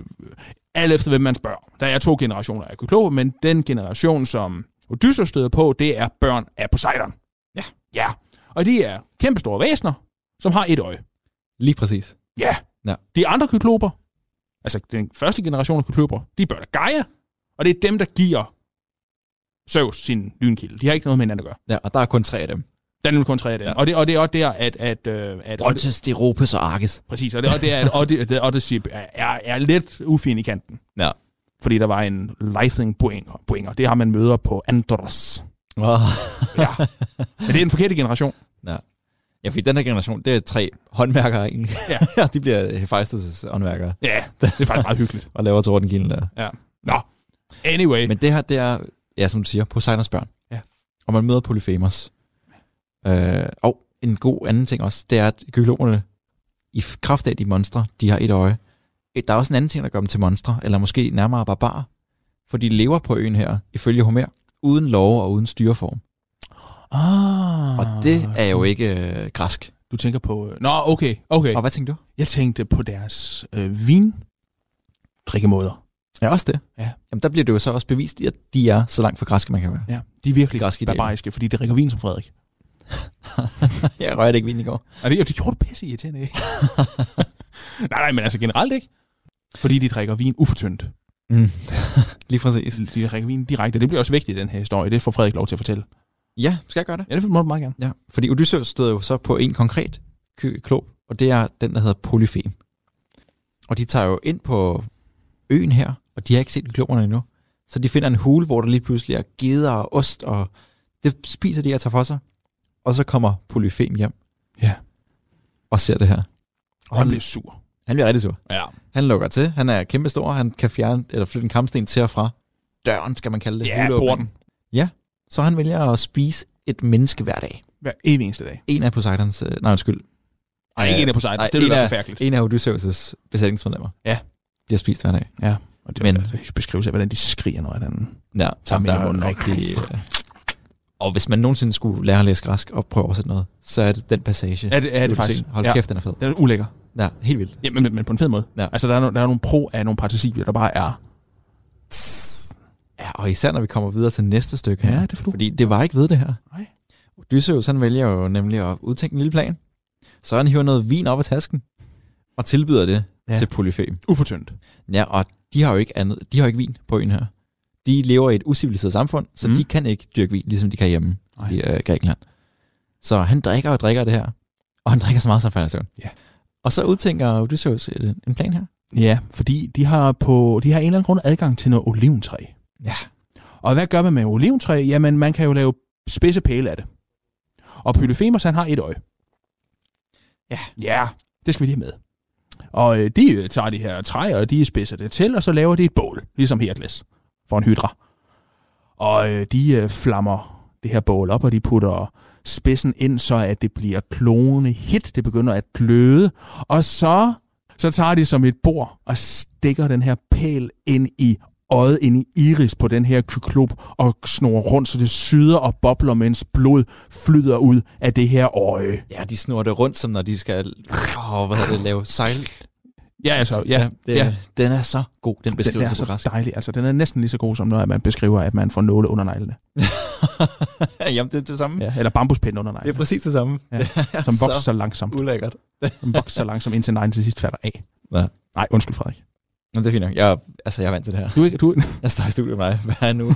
[SPEAKER 4] alt efter, hvem man spørger. Der er to generationer af kykloper, men den generation, som Odysseus støder på, det er børn af Poseidon.
[SPEAKER 5] Ja.
[SPEAKER 4] Ja, og de er kæmpestore væsener, som har et øje.
[SPEAKER 5] Lige præcis.
[SPEAKER 4] Ja.
[SPEAKER 5] Ja.
[SPEAKER 4] De andre kykloper, altså den første generation af kykloper, de er børn af Gaia, og det er dem, der giver Zeus sin lynkilde. De har ikke noget med hinanden at gøre.
[SPEAKER 5] Ja, og der er kun tre af dem.
[SPEAKER 4] Der er nemlig kun tre af dem. Ja. Og, det, og det er også der, at... at, øh, at og det,
[SPEAKER 5] Steropes og Arkes.
[SPEAKER 4] præcis, og det, og det er, at Odyssey, Odyssey er, er, er lidt ufin i kanten.
[SPEAKER 5] Ja.
[SPEAKER 4] Fordi der var en Lysing Boeing, Boeing, og det har man møder på Andros.
[SPEAKER 5] Oh.
[SPEAKER 4] Ja. Men det er den forkerte generation.
[SPEAKER 5] Ja, fordi den her generation, det er tre håndværkere egentlig.
[SPEAKER 4] Ja.
[SPEAKER 5] Ja. de bliver Hephaestus' håndværkere
[SPEAKER 4] Ja, det er faktisk meget hyggeligt.
[SPEAKER 5] og laver tordenkilden der.
[SPEAKER 4] Nå, anyway.
[SPEAKER 5] Men det her, det er, ja, som du siger, Poseidons børn.
[SPEAKER 4] Ja.
[SPEAKER 5] Og man møder Polyphemus. Øh, og en god anden ting også, det er, at gyloberne, i f- kraft af de monstre, de har et øje. Et- Der er også en anden ting, der gør dem til monstre, eller måske nærmere barbarer. For de lever på øen her, ifølge Homer, uden love og uden styreform.
[SPEAKER 4] Ah,
[SPEAKER 5] Og det er jo ikke øh, græsk.
[SPEAKER 4] Du tænker på... øh, Nå, okay, okay.
[SPEAKER 5] Og hvad tænker du?
[SPEAKER 4] Jeg tænkte på deres øh, vin drikkemåder.
[SPEAKER 5] Ja, også det.
[SPEAKER 4] Ja.
[SPEAKER 5] Jamen, der bliver det jo så også bevist, at de er så langt fra græske, man kan være.
[SPEAKER 4] Ja, de er virkelig
[SPEAKER 5] Græske idealer.
[SPEAKER 4] barbariske, fordi de drikker vin som Frederik.
[SPEAKER 5] Jeg rørte ikke vin i går.
[SPEAKER 4] Og det, det gjorde det pisse irriterende, ikke? nej, nej, men altså generelt ikke. Fordi de drikker vin ufortyndt.
[SPEAKER 5] Mm. Lige præcis.
[SPEAKER 4] De drikker vin direkte. Det bliver også vigtigt i den her historie. Det får Frederik lov til at fortælle.
[SPEAKER 5] Ja, skal jeg gøre det?
[SPEAKER 4] Ja, det må du meget gerne.
[SPEAKER 5] Ja, fordi Odysseus støder jo så på en konkret ky- klog, og det er den, der hedder Polyfem. Og de tager jo ind på øen her, og de har ikke set klogerne endnu. Så de finder en hule, hvor der lige pludselig er geder og ost, og det spiser de og tager for sig. Og så kommer Polyfem hjem.
[SPEAKER 4] Ja.
[SPEAKER 5] Og ser det her.
[SPEAKER 4] Og han bliver sur.
[SPEAKER 5] Han bliver rigtig sur.
[SPEAKER 4] Ja.
[SPEAKER 5] Han lukker til. Han er kæmpestor. Han kan fjerne, eller flytte en kampsten til og fra. Døren, skal man kalde det.
[SPEAKER 4] Ja,
[SPEAKER 5] Huleåbningen.
[SPEAKER 4] porten.
[SPEAKER 5] Så han vælger at spise et menneske hver dag.
[SPEAKER 4] Hver evig eneste dag.
[SPEAKER 5] En af Poseidons... øh, Nej, undskyld.
[SPEAKER 4] Nej, ikke en af på sejden.
[SPEAKER 5] nej,
[SPEAKER 4] Det ville
[SPEAKER 5] en
[SPEAKER 4] være
[SPEAKER 5] af-
[SPEAKER 4] forfærdeligt.
[SPEAKER 5] En af Odysseus' besætningsmedlemmer.
[SPEAKER 4] Ja.
[SPEAKER 5] Bliver spist hver dag.
[SPEAKER 4] Og det
[SPEAKER 5] Men-
[SPEAKER 4] men... er beskrivelse af, hvordan de skriger noget af den.
[SPEAKER 5] Ja,
[SPEAKER 4] Tager
[SPEAKER 5] jamen,
[SPEAKER 4] dem ind
[SPEAKER 5] der
[SPEAKER 4] i
[SPEAKER 5] er jo
[SPEAKER 4] munden.
[SPEAKER 5] en rigtig... øh, Og hvis man nogensinde skulle lære at læse græsk og prøve at oversætte noget, så er det den passage.
[SPEAKER 4] Er det, er det
[SPEAKER 5] Odysseus.
[SPEAKER 4] faktisk?
[SPEAKER 5] Hold
[SPEAKER 4] ja.
[SPEAKER 5] kæft, den er fed.
[SPEAKER 4] Den er ulækker.
[SPEAKER 5] Ja, helt vildt.
[SPEAKER 4] Ja, men, men på en fed måde.
[SPEAKER 5] Ja.
[SPEAKER 4] Altså, der er, no, der er nogle pro af nogle participier, der bare er...
[SPEAKER 5] Ja, og især når vi kommer videre til næste stykke.
[SPEAKER 4] Ja,
[SPEAKER 5] her.
[SPEAKER 4] det er flot.
[SPEAKER 5] Fordi det var ikke ved det her.
[SPEAKER 4] Nej.
[SPEAKER 5] Odysseus han vælger jo nemlig at udtænke en lille plan. Så han hiver noget vin op af tasken og tilbyder det
[SPEAKER 4] Ja.
[SPEAKER 5] ja. til Polyfem.
[SPEAKER 4] Ufortyndt.
[SPEAKER 5] Ja, og de har jo ikke andet. De har jo ikke vin på øen her. De lever i et usiviliseret samfund, så
[SPEAKER 4] Mm.
[SPEAKER 5] mm. de kan ikke dyrke vin, ligesom de kan hjemme
[SPEAKER 4] Nej.
[SPEAKER 5] i øh, Grækenland. Så han drikker og drikker det her. Og han drikker så meget, som han falder i søvn.
[SPEAKER 4] Ja.
[SPEAKER 5] Og så udtænker Odysseus en en plan her.
[SPEAKER 4] Ja, fordi de har på de har en eller anden grund adgang til noget oliventræ.
[SPEAKER 5] Ja.
[SPEAKER 4] Og hvad gør man med oliventræ? Jamen, man kan jo lave spidse pæle af det. Og Polyphemus, han har et øje.
[SPEAKER 5] Ja.
[SPEAKER 4] Ja, det skal vi lige have med. Og øh, de øh, tager de her træer, og de spidser det til, og så laver de et bål, ligesom Herkles for en hydra. Og øh, de øh, flammer det her bål op, og de putter spidsen ind, så at det bliver klonende hit. Det begynder at gløde. Og så så tager de som et bord og stikker den her pæl ind i øjet, ind i iris på den her kyklop og snor rundt, så det syder og bobler, mens blod flyder ud af det her øje.
[SPEAKER 5] Ja, de snor det rundt, som når de skal oh, hvad hedder det, lave sejl.
[SPEAKER 4] Ja, altså, ja,
[SPEAKER 5] det,
[SPEAKER 4] ja.
[SPEAKER 5] Den er så god, den
[SPEAKER 4] Den
[SPEAKER 5] beskrivelse
[SPEAKER 4] er
[SPEAKER 5] på græsk.
[SPEAKER 4] så dejlig. Altså, den er næsten lige så god som når man beskriver, at man får nåle under neglene.
[SPEAKER 5] Jamen, det er det samme.
[SPEAKER 4] Ja, eller bambuspind under
[SPEAKER 5] Mm. Det er
[SPEAKER 4] neglene,
[SPEAKER 5] præcis det samme.
[SPEAKER 4] Ja.
[SPEAKER 5] Det er
[SPEAKER 4] som vokser
[SPEAKER 5] så
[SPEAKER 4] så langsomt.
[SPEAKER 5] ulækkert.
[SPEAKER 4] Som vokser så langsomt, indtil neglen til sidst falder af.
[SPEAKER 5] Ja.
[SPEAKER 4] Nej, undskyld Frederik.
[SPEAKER 5] Nå, det er fint nok. Jeg, altså, jeg er vant til det her.
[SPEAKER 4] Du, er ikke- du,
[SPEAKER 5] Jeg står i studiet med dig. Hvad er nu?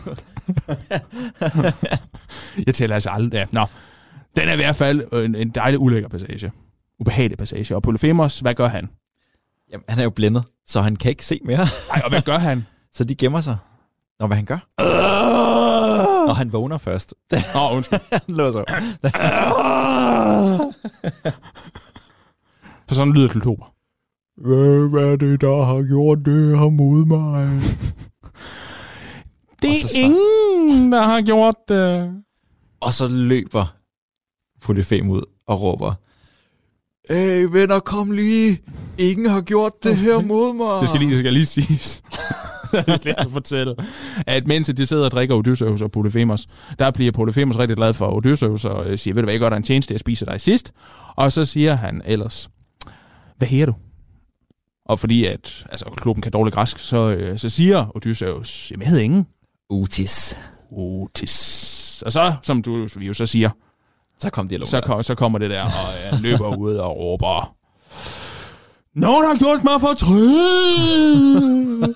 [SPEAKER 4] jeg tæller altså aldrig. Ja, nå. Den er i hvert fald en, en dejlig ulækker passage. Ubehagelig passage. Og Polyphemus, hvad gør han?
[SPEAKER 5] Jamen, han er jo blændet, så han kan ikke se mere.
[SPEAKER 4] Nej, og hvad gør han?
[SPEAKER 5] Så de gemmer sig. Nå, hvad han gør? Nå, han vågner først.
[SPEAKER 4] Nå, undskyld.
[SPEAKER 5] Ah! han låser.
[SPEAKER 4] For sådan lyder Klotober.
[SPEAKER 5] Hvem er det, der har gjort det her mod mig?
[SPEAKER 4] Det
[SPEAKER 5] så
[SPEAKER 4] er
[SPEAKER 5] svarer-
[SPEAKER 4] ingen, der har gjort det.
[SPEAKER 5] Og så løber Polyfem ud og råber, Hey venner, kom lige. Ingen har gjort det her mod mig.
[SPEAKER 4] Det skal lige, det skal lige siges. Det er lidt at fortælle. At mens de sidder og drikker Odysseus og Polyphemus, der bliver Polyphemus rigtig glad for Odysseus og øh, siger, ved du hvad, jeg gør dig en tjeneste, jeg spiser dig sidst. Og så siger han ellers, hvad her du? Og fordi at altså, klubben kan dårligt græsk, så, øh, så siger Odysseus, jamen jeg hedder ingen.
[SPEAKER 5] Utis.
[SPEAKER 4] Otis. Og så, som du vi jo så siger,
[SPEAKER 5] Så kom dialogen.
[SPEAKER 4] så, kom, så kommer det der, og jeg løber ud og råber, Nogen har gjort mig fortryd!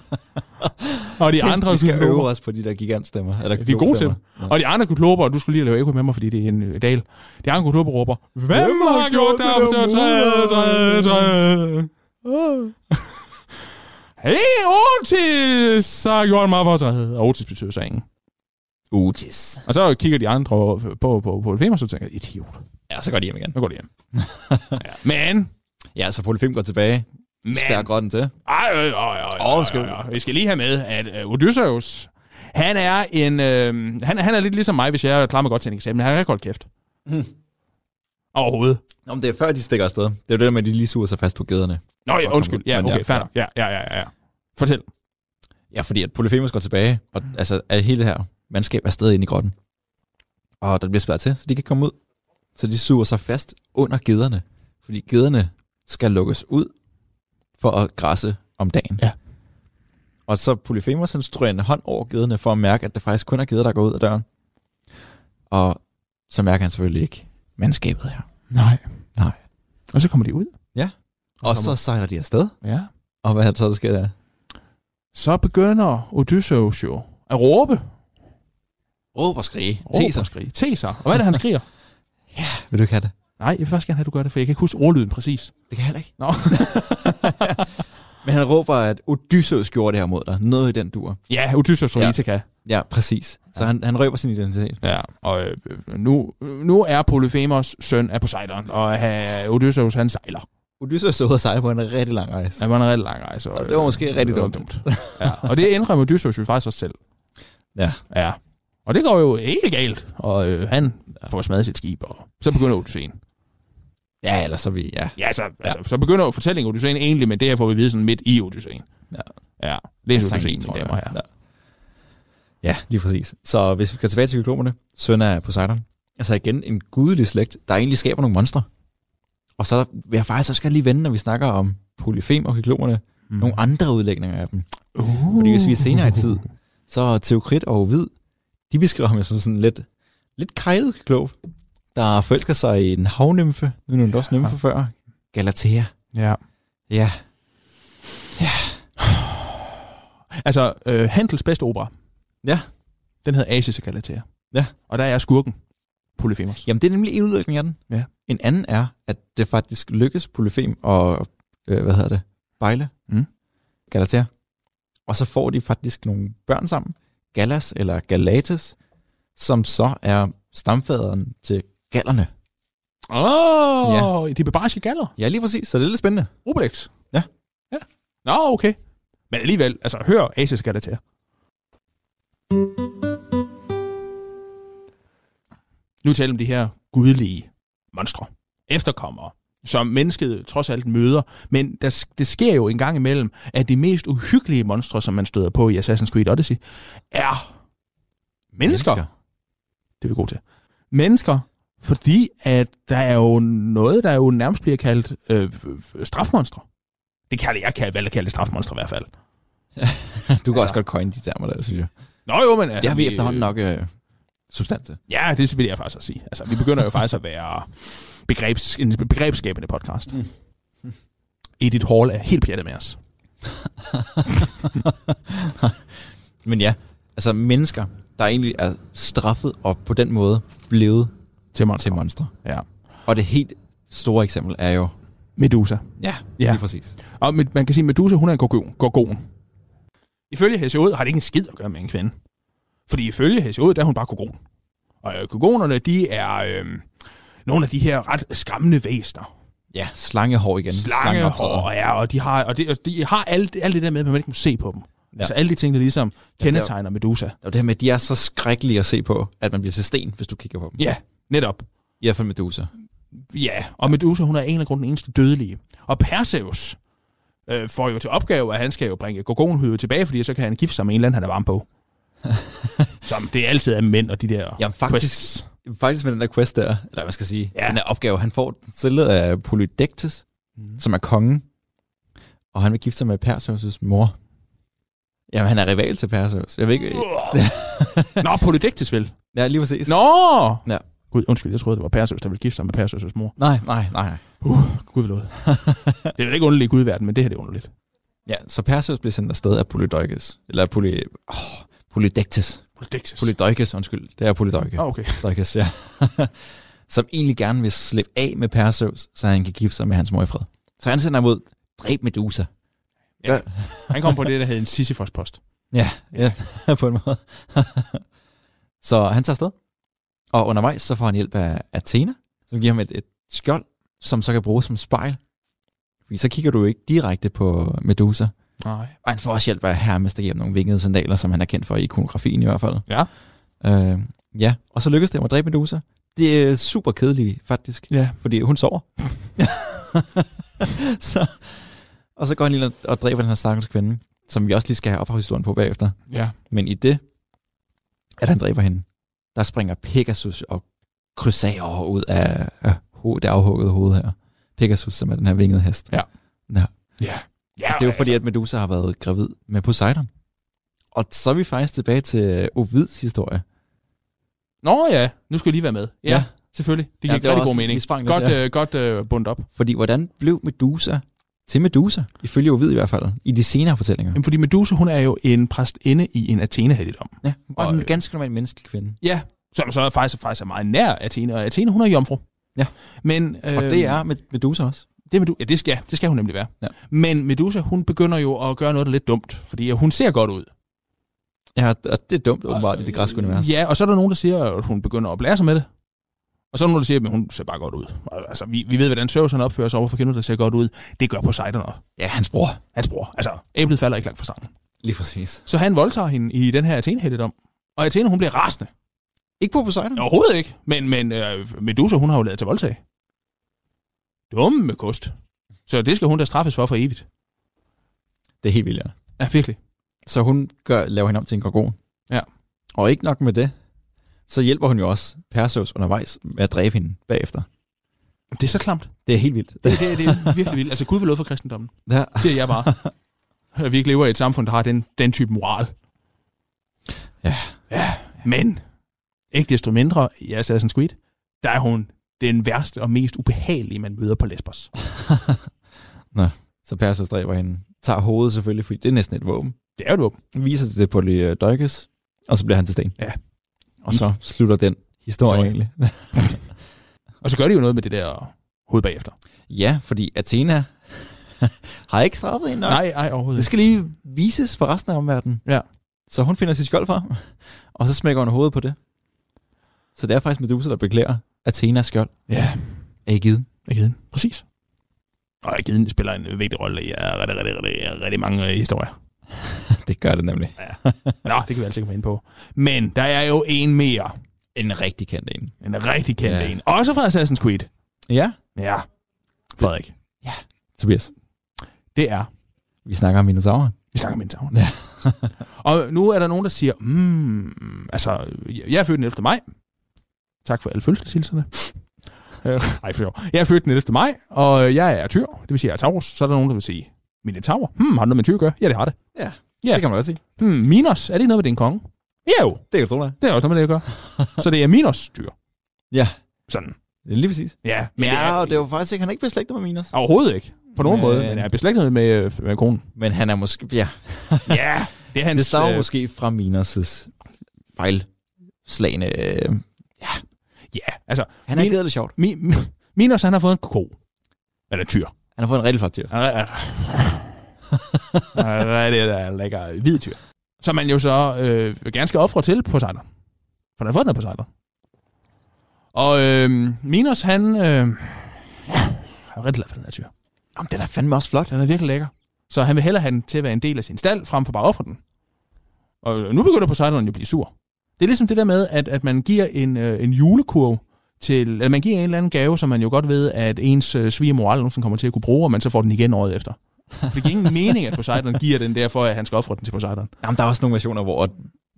[SPEAKER 4] og de andre
[SPEAKER 5] vi skal
[SPEAKER 4] kykloper-
[SPEAKER 5] øve os på de der gigantstemmer. Eller
[SPEAKER 4] Vi er gode til det.
[SPEAKER 5] klogstemmer.
[SPEAKER 4] Og de andre kuklober, du skulle lige lave ekko med mig, fordi det er en øh, dal. De andre kuklober råber, Hvem har gjort dig om til at træde, træde, træde? Hey, Otis har gjort mig for træde. Og Otis betyder så ingen.
[SPEAKER 5] Utis.
[SPEAKER 4] Og så kigger de andre på, på, på, på Elfheim, og så tænker jeg, idiot,
[SPEAKER 5] Ja, så går de hjem igen.
[SPEAKER 4] nu går det hjem. ja. Men,
[SPEAKER 5] Ja, så Polyfem går tilbage.
[SPEAKER 4] men,
[SPEAKER 5] Spærrer grotten til.
[SPEAKER 4] ej, øh, øh, øh, øh,
[SPEAKER 5] Åh,
[SPEAKER 4] øh,
[SPEAKER 5] skal vi-
[SPEAKER 4] øh, øh, vi skal lige have med, at øh, Odysseus, han er en, øh, han, han er lidt ligesom mig, hvis jeg klarer mig godt til en eksamen. Han har godt kæft.
[SPEAKER 5] Hmm.
[SPEAKER 4] Overhovedet.
[SPEAKER 5] Nå, men det er før, de stikker afsted. Det er jo det der med, at de lige suger sig fast på gederne.
[SPEAKER 4] Nå
[SPEAKER 5] Godt
[SPEAKER 4] ja, undskyld.
[SPEAKER 5] kommet.
[SPEAKER 4] Ja,
[SPEAKER 5] Men ja,
[SPEAKER 4] okay, fair
[SPEAKER 5] ja.
[SPEAKER 4] nok. Ja, ja, ja, ja. Fortæl.
[SPEAKER 5] Ja, fordi at Polyphemus går tilbage, og altså, at hele det her mandskab er stadig inde i grotten. Og der bliver spærret til, så de kan komme ud. Så de suger sig fast under gederne, fordi gederne skal lukkes ud for at græsse om dagen.
[SPEAKER 4] Ja.
[SPEAKER 5] Og så Polyphemus, han strøger en hånd over gederne for at mærke, at det faktisk kun er geder, der går ud af døren. Og så mærker han selvfølgelig ikke mandskabet her.
[SPEAKER 4] Nej.
[SPEAKER 5] Nej.
[SPEAKER 4] Og så kommer de ud.
[SPEAKER 5] Og
[SPEAKER 4] kommer-
[SPEAKER 5] så sejler de afsted.
[SPEAKER 4] Ja.
[SPEAKER 5] Og hvad er det så, der sker der?
[SPEAKER 4] Så begynder Odysseus jo at råbe.
[SPEAKER 5] Råb og skrige.
[SPEAKER 4] Råbe og skrige. Te sig. Og hvad er det, han skriger?
[SPEAKER 5] Vil du ikke have det?
[SPEAKER 4] Nej, jeg vil faktisk gerne have, at du gør det, for jeg kan ikke huske ordlyden præcis.
[SPEAKER 5] Det kan jeg heller ikke.
[SPEAKER 4] Nå.
[SPEAKER 5] Men han råber, at Odysseus gjorde det her mod dig. Noget i den dur.
[SPEAKER 4] Ja, Odysseus
[SPEAKER 5] Ja.
[SPEAKER 4] og Ithaca.
[SPEAKER 5] Ja, præcis. Så han, han røber sin identitet.
[SPEAKER 4] Ja, og øh, øh, nu, nu er Polyphemos søn af Poseidon, og øh, Odysseus han sejler.
[SPEAKER 5] Odysseus så ud og sejler på en rigtig lang rejse.
[SPEAKER 4] Han var en rigtig lang rejse. Og,
[SPEAKER 5] Og det var måske
[SPEAKER 4] øh,
[SPEAKER 5] rigtig
[SPEAKER 4] det var
[SPEAKER 5] dumt.
[SPEAKER 4] Ja, og det indrømmer Odysseus jo faktisk også selv.
[SPEAKER 5] Ja.
[SPEAKER 4] Ja. Og det går jo helt galt, og øh, han får smadret sit skib, og så begynder Odysseen.
[SPEAKER 5] Ja, eller så vi, ja.
[SPEAKER 4] Ja, så, altså, så begynder jo fortællingen Odysseen egentlig, men det her får vi vide sådan midt i Odysseen.
[SPEAKER 5] Ja.
[SPEAKER 4] Ja, læs
[SPEAKER 5] Sankt
[SPEAKER 4] Odysseen, mine
[SPEAKER 5] Vitus,
[SPEAKER 4] damer her.
[SPEAKER 5] Ja. ja, lige præcis. Så hvis vi skal tilbage til kyklomerne, søn af Poseidon. Altså igen, en gudelig slægt, der egentlig skaber nogle monstre. Og så er der- vil jeg faktisk også gerne lige vende, når vi snakker om Polyfem og kyklomerne, mm. nogle andre udlægninger af dem.
[SPEAKER 4] Uh.
[SPEAKER 5] Fordi hvis vi er senere i tid, så er Theokrit og Ovid, de beskriver ham jo som sådan lidt, lidt kejlet klog, der forelsker sig i en havnymfe, nu er hun ja. også nymfe før, Galatea.
[SPEAKER 4] Ja.
[SPEAKER 5] Ja,
[SPEAKER 4] Altså, øh, Handels bedste opera,
[SPEAKER 5] ja.
[SPEAKER 4] den hedder Asis og Galatea.
[SPEAKER 5] Ja.
[SPEAKER 4] Og der er skurken, Polyphemus.
[SPEAKER 5] Jamen, det er nemlig en udlægning af den.
[SPEAKER 4] Ja.
[SPEAKER 5] En anden er, at det faktisk lykkes Polyfem og, øh, hvad hedder det, Bejle,
[SPEAKER 4] Mm.
[SPEAKER 5] Galatea. Og så får de faktisk nogle børn sammen, Galas eller Galates, som så er stamfaderen til gallerne.
[SPEAKER 4] Åh, oh, ja. de bebariske galler.
[SPEAKER 5] Ja, lige præcis. Så det er lidt spændende.
[SPEAKER 4] Obelix.
[SPEAKER 5] Ja.
[SPEAKER 4] Ja. Nå, okay. Men alligevel, altså, hør Asis og Galatea. Nu taler vi om de her gudelige monstre, efterkommere, som mennesket trods alt møder. Men der, s- det sker jo en gang imellem, at de mest uhyggelige monstre, som man støder på i Assassin's Creed Odyssey, er mennesker. mennesker. Det er vi gode til. Mennesker, fordi at der er jo noget, der jo nærmest bliver kaldt øh, øh, strafmonstre. Det kalder jeg kan valgte at kalde det strafmonstre i hvert fald.
[SPEAKER 5] Du kan
[SPEAKER 4] Altså-
[SPEAKER 5] altså, også godt coin de termer der, synes jeg.
[SPEAKER 4] Nå jo, men altså...
[SPEAKER 5] Det har vi
[SPEAKER 4] øh,
[SPEAKER 5] efterhånden nok øh, substans til.
[SPEAKER 4] Ja, det vil jeg faktisk også sige. Altså, vi begynder jo faktisk at være begrebs, en begrebsskabende podcast. Mm. Edith Hall er helt pjattet med os.
[SPEAKER 5] Men ja, altså mennesker, der egentlig er straffet og på den måde blevet
[SPEAKER 4] Til mig.
[SPEAKER 5] til monstre.
[SPEAKER 4] Ja.
[SPEAKER 5] Og det helt store eksempel er jo...
[SPEAKER 4] Medusa.
[SPEAKER 5] Ja,
[SPEAKER 4] Ja.
[SPEAKER 5] lige præcis.
[SPEAKER 4] Og med- man kan sige, at Medusa, hun er en gorgon. gorgon. Ifølge Hesiod har det ikke en skid at gøre med en kvinde. Fordi ifølge Hesiod, der er hun bare kogon. Og øh, kogonerne, de er øh, nogle af de her ret skræmmende væsener.
[SPEAKER 5] Ja, slangehår igen.
[SPEAKER 4] Slangehår,
[SPEAKER 5] Slangetræer.
[SPEAKER 4] ja, og de har, og de, og de har alt, alt det der med, at man ikke må se på dem. Ja. Altså alle de ting, der ligesom kendetegner Medusa.
[SPEAKER 5] Og det her med, at de er så skrækkelige at se på, at man bliver til sten, hvis du kigger på dem.
[SPEAKER 4] Ja, netop.
[SPEAKER 5] I hvert fald Medusa.
[SPEAKER 4] Ja, og Medusa, hun er en af grunden den eneste dødelige. Og Perseus øh, får jo til opgave, at han skal jo bringe gorgonhøvet tilbage, fordi så kan han gifte sig med en eller anden, han er varm på. Som det altid er mænd og de der
[SPEAKER 5] Jamen, faktisk-
[SPEAKER 4] quests.
[SPEAKER 5] Faktisk med den der quest der, eller hvad man skal sige,
[SPEAKER 4] Ja.
[SPEAKER 5] ja. den der opgave, han får den stillet af Polydectes, mm. som er kongen, og han vil gifte sig med Perseus' mor. Jamen, han er rival til Perseus. Jeg ved ikke...
[SPEAKER 4] Nå, Polydectes vil.
[SPEAKER 5] Ja, lige præcis.
[SPEAKER 4] Nå!
[SPEAKER 5] Ja.
[SPEAKER 4] Gud, undskyld, jeg troede, det var Perseus, der ville gifte sig med Perseus' mor.
[SPEAKER 5] Nej, nej, nej. nej.
[SPEAKER 4] Gud ved noget. Det er vel ikke underligt i gudverden, men det her det er underligt.
[SPEAKER 5] Ja, så Perseus bliver sendt afsted af Polydeuces. Eller Poly... Oh, Polydectes.
[SPEAKER 4] Polydectes. Poly-
[SPEAKER 5] Polydeukes, undskyld. Det er Polydeukes.
[SPEAKER 4] ah, okay.
[SPEAKER 5] Polydeukes, ja. som egentlig gerne vil slippe af med Perseus, så han kan gifte sig med hans mor i fred. Så han sender ham ud. Dræb Medusa.
[SPEAKER 4] Ja. Han kom på det, der hed en Sisyfos-post.
[SPEAKER 5] Ja, ja. på en måde. så han tager afsted. Og undervejs så får han hjælp af Athena, som giver ham et, et skjold, som så kan bruges som spejl. Fordi så kigger du jo ikke direkte på Medusa.
[SPEAKER 4] Nej.
[SPEAKER 5] Og han får også hjælp af Hermes, der giver ham nogle vingede sandaler, som han er kendt for i ikonografien i hvert fald.
[SPEAKER 4] Ja.
[SPEAKER 5] Øh, ja, og så lykkes det ham at dræbe Medusa. Det er super kedeligt, faktisk,
[SPEAKER 4] Ja.
[SPEAKER 5] fordi hun sover. så, og så går han lige og- og dræber den her stakkels kvinde, som vi også lige skal have ophavshistorien på bagefter.
[SPEAKER 4] Ja.
[SPEAKER 5] Men i det, at han dræber hende, der springer Pegasus og krydsager ud af, af ho- det afhuggede hoved her. Pegasus, som er den her vingede hest.
[SPEAKER 4] Ja. altså-
[SPEAKER 5] ja.
[SPEAKER 4] Ja. ja
[SPEAKER 5] Det er jo fordi, at Medusa har været gravid med Poseidon. Og så er vi faktisk tilbage til øh, Ovids historie.
[SPEAKER 4] Nå ja, nu skal jeg lige være med. Ja,
[SPEAKER 5] Ja.
[SPEAKER 4] ja. selvfølgelig. Det
[SPEAKER 5] Ja,
[SPEAKER 4] giver
[SPEAKER 5] det
[SPEAKER 4] ja,
[SPEAKER 5] var
[SPEAKER 4] rigtig
[SPEAKER 5] også
[SPEAKER 4] god
[SPEAKER 5] lige-
[SPEAKER 4] mening.
[SPEAKER 5] vi sprang lidt
[SPEAKER 4] godt
[SPEAKER 5] der.
[SPEAKER 4] øh, godt øh, bundt op.
[SPEAKER 5] Fordi hvordan blev Medusa til Medusa, ifølge Ovid i hvert fald, i de senere fortællinger?
[SPEAKER 4] Jamen, fordi Medusa, hun er jo en præstinde i en Athena-helligdom.
[SPEAKER 5] Ja, og
[SPEAKER 4] Og,
[SPEAKER 5] en
[SPEAKER 4] øh,
[SPEAKER 5] ganske normal menneskelig kvinde.
[SPEAKER 4] Ja, som så er faktisk, faktisk er meget nær Athena, og Athena, hun er jomfru.
[SPEAKER 5] Ja.
[SPEAKER 4] Men, øh,
[SPEAKER 5] Og det er med Medusa også.
[SPEAKER 4] Det, Medu- ja, det, skal, det skal hun nemlig være.
[SPEAKER 5] Ja.
[SPEAKER 4] Men Medusa, hun begynder jo at gøre noget, der er lidt dumt, fordi hun ser godt ud.
[SPEAKER 5] Ja, og det er dumt åbenbart i det græske univers.
[SPEAKER 4] Ja, og så er der nogen, der siger, at hun begynder at blære sig med det. Og så er der nogen, der siger, at hun ser bare godt ud. Og, Altså, vi, vi ved, hvordan Zeus han opfører sig overfor kvinder, der ser godt ud. Det gør Poseidon også.
[SPEAKER 5] ja hans bror.
[SPEAKER 4] Hans bror. Altså, æblet falder ikke langt fra stangen.
[SPEAKER 5] Lige præcis.
[SPEAKER 4] Så han voldtager hende i den her athena om. Og Athena, hun bliver rasende.
[SPEAKER 5] Ikke på Poseidon?
[SPEAKER 4] Mm. Overhovedet ikke. Men, men øh, Medusa, hun har jo lavet til voldtag. Dumme kost. Så det skal hun da straffes for for evigt.
[SPEAKER 5] Det er helt vildt, ja.
[SPEAKER 4] Ja, virkelig.
[SPEAKER 5] Så hun gør, laver hende om til en gorgon.
[SPEAKER 4] Ja.
[SPEAKER 5] Og ikke nok med det, så hjælper hun jo også Perseus undervejs med at dræbe hende bagefter.
[SPEAKER 4] Det er så klamt.
[SPEAKER 5] Det er helt vildt.
[SPEAKER 4] Det, det, det er virkelig vildt. Altså, Gud vil lov for kristendommen,
[SPEAKER 5] Ja.
[SPEAKER 4] siger jeg bare. At vi ikke lever i et samfund, der har den, den type moral.
[SPEAKER 5] Ja.
[SPEAKER 4] Ja, men ikke desto mindre i Assassin's Creed, der er hun den værste og mest ubehagelige, man møder på Lesbos.
[SPEAKER 5] Så Perseus dræber hende. Tager hovedet selvfølgelig, fordi det er næsten et våben.
[SPEAKER 4] Det er jo et våben.
[SPEAKER 5] Viser det på Lydøjkes, og så bliver han til sten.
[SPEAKER 4] Ja.
[SPEAKER 5] Og så slutter den historie
[SPEAKER 4] Historie.
[SPEAKER 5] egentlig.
[SPEAKER 4] Og så gør de jo noget med det der hoved bagefter.
[SPEAKER 5] Ja, fordi Athena har ikke straffet hende nok.
[SPEAKER 4] Nej, nej, overhovedet
[SPEAKER 5] Det
[SPEAKER 4] ikke.
[SPEAKER 5] skal lige vises for resten af omverdenen.
[SPEAKER 4] Ja.
[SPEAKER 5] Så hun finder sit skjold fra, og så smækker hun hovedet på det. Så det er faktisk Medusa, der beklager Athenas skjold.
[SPEAKER 4] Ja,
[SPEAKER 5] Er I givet?
[SPEAKER 4] Agiden. Præcis. Og Agiden spiller en vigtig rolle i øh, rigtig, rigtig, rigtig, rigtig mange øh, historier.
[SPEAKER 5] det gør det nemlig.
[SPEAKER 4] Nå, det kan vi altså ikke komme ind på. Men der er jo en mere.
[SPEAKER 5] En rigtig kendt en.
[SPEAKER 4] En rigtig kendt
[SPEAKER 5] Ja.
[SPEAKER 4] ja. en. Også fra Assassin's Creed.
[SPEAKER 5] Ja,
[SPEAKER 4] Ja. Frederik.
[SPEAKER 5] Tobias.
[SPEAKER 4] Det er.
[SPEAKER 5] Vi snakker om minotaurer.
[SPEAKER 4] Vi snakker om Minotaur.
[SPEAKER 5] Ja.
[SPEAKER 4] og nu er der nogen, der siger, mm, altså, jeg- jeg er født den 11. maj. Tak for alle fødselsdagshilserne. Øh, Ej, for sjov. Jeg er født den 11. maj, og jeg er tyr, det vil sige, jeg er Taurus. Så er der nogen, der vil sige, Minotaur? Hmm, har det noget med tyr at gøre? Ja, det har det. Ja.
[SPEAKER 5] Det kan man også sige.
[SPEAKER 4] Hmm, Minos, er det ikke noget med din konge? Ja jo,
[SPEAKER 5] Det kan du tro, der.
[SPEAKER 4] det er også noget med det at gøre. Så det er Minos dyr.
[SPEAKER 5] Ja.
[SPEAKER 4] Sådan.
[SPEAKER 5] Lige præcis.
[SPEAKER 4] Ja, men
[SPEAKER 5] Men
[SPEAKER 4] det
[SPEAKER 5] ja,
[SPEAKER 4] er
[SPEAKER 5] og det var faktisk ikke, han er ikke beslægtet med Minos.
[SPEAKER 4] overhovedet ikke. På nogen
[SPEAKER 5] Men-
[SPEAKER 4] måde, men jeg er beslægtet med, øh, med konen.
[SPEAKER 5] Men han er måske, ja,
[SPEAKER 4] Ja, det er hans...
[SPEAKER 5] det stammer
[SPEAKER 4] øh,
[SPEAKER 5] måske fra Minos' fejlslagende, øh,
[SPEAKER 4] Ja, altså,
[SPEAKER 5] han har
[SPEAKER 4] Min-
[SPEAKER 5] ikke det sjovt.
[SPEAKER 4] Mi- Mi- Minos, han har fået en ko. Eller en tyr.
[SPEAKER 5] Han har fået en rigtig flot tyr.
[SPEAKER 4] Han er- Nej, det er der lækker hvid tyr. Som man jo så øh, ganske ofre til Poseidon. For der har fået noget Poseidon. Og øh, Minos, han øh, ja, er rigtig glad for den her tyr.
[SPEAKER 5] Jamen, den er fandme også flot.
[SPEAKER 4] Den er virkelig lækker. Så han vil hellere have den til at være en del af sin stald, frem for bare at ofre den. Og nu begynder Poseidon jo at blive sur. Det er ligesom det der med, at, at man giver en, øh, en julekurv til, eller man giver en eller anden gave, som man jo godt ved, at ens øh, svigermor aldrig nogensinde kommer til at kunne bruge, og man så får den igen året efter. Det giver ingen mening, at Poseidon giver den der, for at han skal ofre den til Poseidon.
[SPEAKER 5] Jamen, der er også nogle versioner, hvor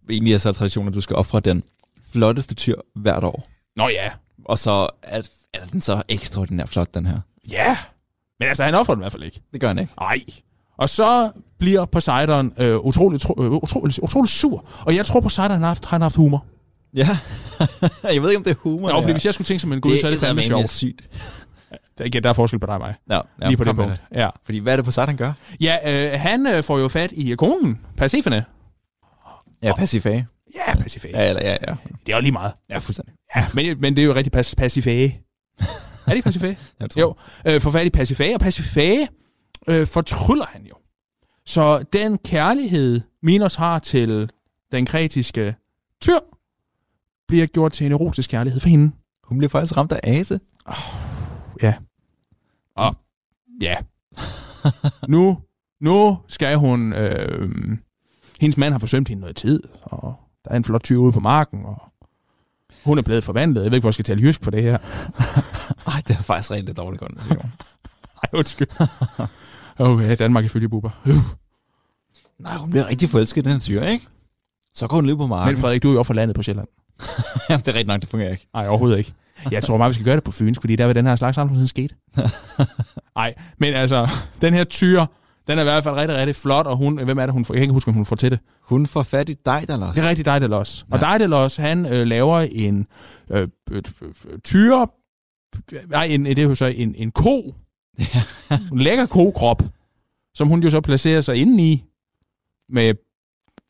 [SPEAKER 5] egentlig er så traditionen, at du skal ofre den flotteste tyr hvert år.
[SPEAKER 4] Nå ja,
[SPEAKER 5] Og så er, er den så ekstraordinært flot, den her.
[SPEAKER 4] ja. Men altså, han offer den i hvert fald ikke.
[SPEAKER 5] Det gør den ikke.
[SPEAKER 4] Nej. Og så bliver Poseidon øh, utrolig, tro, øh, utrolig, utrolig sur. Og jeg tror, Poseidon han har haft, han har haft humor.
[SPEAKER 5] Ja. jeg ved ikke, om det er humor.
[SPEAKER 4] Nå, fordi hvis jeg skulle tænke som en gud, så er det fandme sjovt.
[SPEAKER 5] sygt.
[SPEAKER 4] Der, igen, der er forskel på dig og mig.
[SPEAKER 5] Nå,
[SPEAKER 4] Ja, lige på det punkt. Ja,
[SPEAKER 5] Fordi hvad er det på sig, han gør?
[SPEAKER 4] ja øh, han øh, får jo fat i øh, konen, Persefone.
[SPEAKER 5] Ja, passifage.
[SPEAKER 4] Ja, Persefone.
[SPEAKER 5] Ja,
[SPEAKER 4] Ja.
[SPEAKER 5] eller, ja, ja.
[SPEAKER 4] Det er jo lige meget.
[SPEAKER 5] Ja, fuldstændig.
[SPEAKER 4] Ja, men, øh, men det er jo rigtig pas, Persefone. er det ikke Persefone?
[SPEAKER 5] Jeg tror.
[SPEAKER 4] Jo, øh, får fat i Persefone, og Persefone øh, fortryller han jo. Så den kærlighed, Minos har til den kretiske tyr, bliver gjort til en erotisk kærlighed for hende.
[SPEAKER 5] Hun bliver faktisk ramt af ase.
[SPEAKER 4] Ja. nu, nu skal hun... Øh, hendes mand har forsømt hende noget tid, og der er en flot tyr ude på marken, og hun er blevet forvandlet. Jeg ved ikke, hvor jeg skal tale jysk på det her.
[SPEAKER 5] Ej, det er faktisk rigtig dårligt godt.
[SPEAKER 4] Ej, undskyld. Okay, Danmark ifølge Bubber.
[SPEAKER 5] Nej, hun bliver rigtig forelsket i den her tyr, ikke? Så går hun lige på
[SPEAKER 4] Men
[SPEAKER 5] marken.
[SPEAKER 4] Frederik, du er jo fra landet på Sjælland.
[SPEAKER 5] Jamen, det er rigtigt nok, det fungerer ikke.
[SPEAKER 4] Nej, overhovedet ikke. Jeg tror meget, vi skal gøre det på Fyns, fordi der vil den her slags samfund sket. Nej, men altså, den her tyr, den er i hvert fald rigtig, rigtig flot, og hun, hvem er det, hun får? Jeg kan ikke huske, om hun får til det.
[SPEAKER 5] Hun får fat i dig, der
[SPEAKER 4] Det er rigtig Daedalus. Og Daedalus, han øh, laver en øh, øh, øh, tyre... Nej, en, det er jo så en, en ko.
[SPEAKER 5] Ja.
[SPEAKER 4] En lækker kokrop, som hun jo så placerer sig inde i med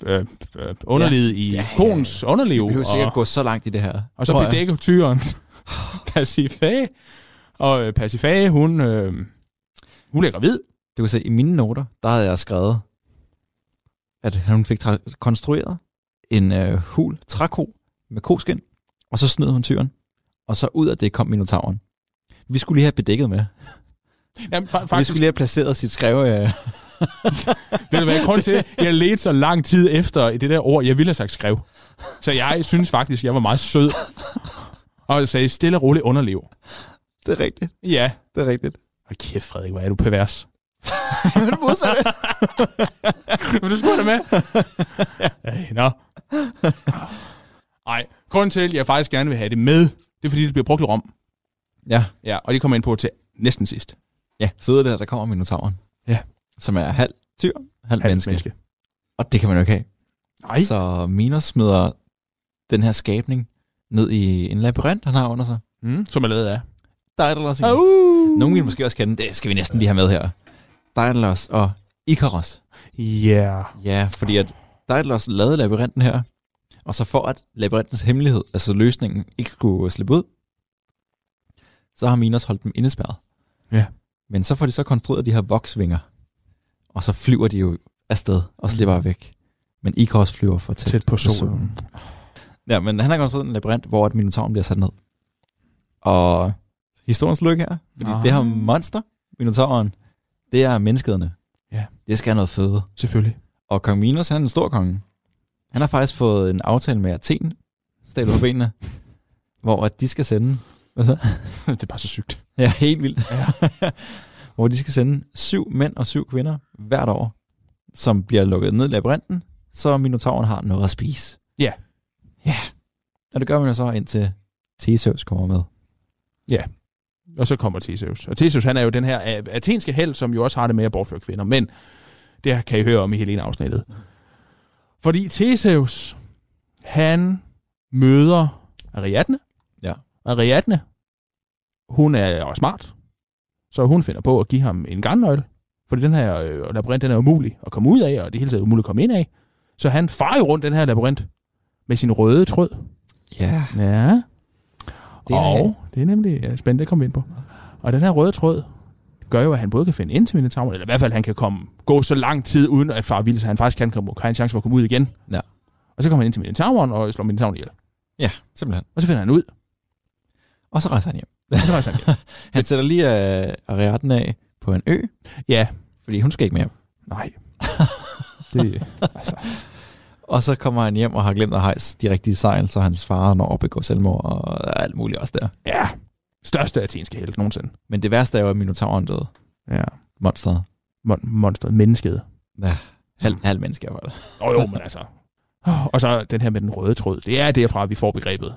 [SPEAKER 4] øh, øh, underlivet ja. i ja,
[SPEAKER 5] ja,
[SPEAKER 4] ja, konens underliv.
[SPEAKER 5] Vi behøver sikkert
[SPEAKER 4] Og,
[SPEAKER 5] gå så langt i det her.
[SPEAKER 4] og så
[SPEAKER 5] tror jeg.
[SPEAKER 4] bedækker tyren Pasifage. Og øh, Pasifage, hun, øh, hun lægger vid.
[SPEAKER 5] Du kan se, i mine noter, der havde jeg skrevet, at hun fik tra- konstrueret en øh, hul træko med koskin, og så snød hun tyren, og så ud af det kom minotauren. Vi skulle lige have bedækket med. Faktisk.
[SPEAKER 4] Jamen, fa-
[SPEAKER 5] Vi
[SPEAKER 4] faktisk,
[SPEAKER 5] skulle lige have placeret sit skreve. Øh,
[SPEAKER 4] Ved du hvad, grund til, at jeg ledte så lang tid efter i det der ord, jeg ville have sagt skrev. Så jeg synes faktisk, jeg var meget sød. Og jeg sagde stille og roligt underliv.
[SPEAKER 5] det er rigtigt.
[SPEAKER 4] Ja.
[SPEAKER 5] Det er rigtigt.
[SPEAKER 4] Og kæft, Frederik, hvor er du pervers.
[SPEAKER 5] Men det modsatte.
[SPEAKER 4] Men du skulle da med. Ej, nå. Ej, grunden til, at jeg faktisk gerne vil have det med, det er fordi, det bliver brugt i Rom.
[SPEAKER 5] ja,
[SPEAKER 4] Ja, og det kommer jeg ind på til næsten sidst.
[SPEAKER 5] ja. Så ud af det her, der kommer minotauren.
[SPEAKER 4] Ja.
[SPEAKER 5] Som er halv tyr, halv, halv menneske. menneske.
[SPEAKER 4] menneske.
[SPEAKER 5] Og det kan man jo ikke have.
[SPEAKER 4] Nej, så.
[SPEAKER 5] Så Minos smider den her skabning ned i en labyrint, han har under sig.
[SPEAKER 4] Mm, som er lavet af.
[SPEAKER 5] Der er der også en.
[SPEAKER 4] Uh.
[SPEAKER 5] Nogen vil måske også kende, det skal vi næsten lige have med her. Daedalus og Ikaros.
[SPEAKER 4] Ja.
[SPEAKER 5] Ja, fordi at Daedalus lavede labyrinten her, og så for at labyrintens hemmelighed, altså løsningen, ikke skulle slippe ud, så har Minos holdt dem indespærret.
[SPEAKER 4] Ja.
[SPEAKER 5] Men så får de så konstrueret de her voksvinger, og så flyver de jo afsted og slipper væk. Men Ikaros flyver for tæt,
[SPEAKER 4] Mm. Tæt på
[SPEAKER 5] på
[SPEAKER 4] solen.
[SPEAKER 5] Ja, men han har konstrueret en labyrint, hvor at Minotauren bliver sat ned. Og historiens lykke her, fordi
[SPEAKER 4] Ah.
[SPEAKER 5] det her monster, Minotauren, det er menneskerne.
[SPEAKER 4] Ja.
[SPEAKER 5] Det skal have noget føde.
[SPEAKER 4] Selvfølgelig.
[SPEAKER 5] Og kong Minos, han er en stor konge. Han har faktisk fået en aftale med Athen, stablet på benene, hvor at de skal sende, hvad så?
[SPEAKER 4] det er bare så sygt.
[SPEAKER 5] Ja, helt vildt. Ja. hvor de skal sende syv mænd og syv kvinder hvert år, som bliver lukket ned i labyrinten, så Minotauren har noget at spise.
[SPEAKER 4] Ja.
[SPEAKER 5] Ja. Og det gør man jo så indtil Theseus kommer med.
[SPEAKER 4] Og så kommer Theseus. Og Theseus, han er jo den her øh, athenske held, som jo også har det med at bortføre kvinder. Men det kan I høre om i hele en afsnittet. Fordi Theseus, han møder Ariadne.
[SPEAKER 5] Ja.
[SPEAKER 4] Ariadne, hun er jo smart. Så hun finder på at give ham en gangnøgle. Fordi den her øh, labyrint, den er umulig at komme ud af, og det er hele taget umuligt at komme ind af. Så han farer jo rundt den her labyrint med sin røde tråd.
[SPEAKER 5] Ja.
[SPEAKER 4] Ja.
[SPEAKER 5] Det
[SPEAKER 4] Det
[SPEAKER 5] er
[SPEAKER 4] er og det er nemlig ja, spændende, det kommer vi ind på. Og den her røde tråd gør jo, at han både kan finde ind til Minotauren, eller i hvert fald, han kan komme, gå så lang tid, uden at far vildt, så han faktisk kan komme, har en chance for at komme ud igen.
[SPEAKER 5] Ja.
[SPEAKER 4] Og så kommer han ind til Minotauren og slår Minotauren ihjel.
[SPEAKER 5] Ja, simpelthen.
[SPEAKER 4] Og så finder han ud,
[SPEAKER 5] Og så rejser han hjem.
[SPEAKER 4] og så rejser han hjem.
[SPEAKER 5] Han sætter lige øh, Ariadne af på en ø,
[SPEAKER 4] Ja,
[SPEAKER 5] fordi hun skal ikke mere.
[SPEAKER 4] nej. Det, altså,
[SPEAKER 5] Og så kommer han hjem og har glemt at hejse de rigtige sejl, så hans far når at begå selvmord og alt muligt også der.
[SPEAKER 4] ja. Største athenske held nogensinde.
[SPEAKER 5] Men det værste er jo, at Minotauren døde.
[SPEAKER 4] Ja.
[SPEAKER 5] Monsteret.
[SPEAKER 4] Mon- monstret, mennesket.
[SPEAKER 5] Halv, halv menneske i hvert fald.
[SPEAKER 4] Nå jo, men altså. Åh, Og så den her med den røde tråd. Det er derfra, vi får begrebet.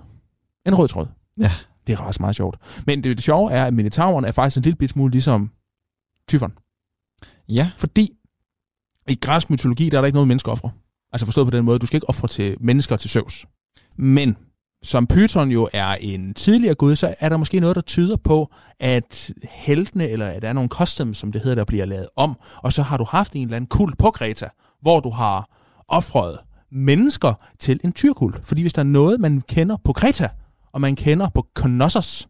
[SPEAKER 4] En rød tråd.
[SPEAKER 5] Ja.
[SPEAKER 4] Det er ret meget sjovt. Men det, det sjove er, at Minotauren er faktisk en lille bit smule ligesom tyferen.
[SPEAKER 5] Ja,
[SPEAKER 4] Fordi i græsk mytologi, der er der ikke noget menneskeoffre. Altså forstået på den måde, du skal ikke ofre til mennesker og til Zeus. Men som Python jo er en tidligere gud, så er der måske noget, der tyder på, at heltene, eller at der er nogle customs, som det hedder, der bliver lavet om, og så har du haft en eller anden kult på Kreta, hvor du har offret mennesker til en tyrkult. Fordi hvis der er noget, man kender på Kreta, og man kender på Knossos,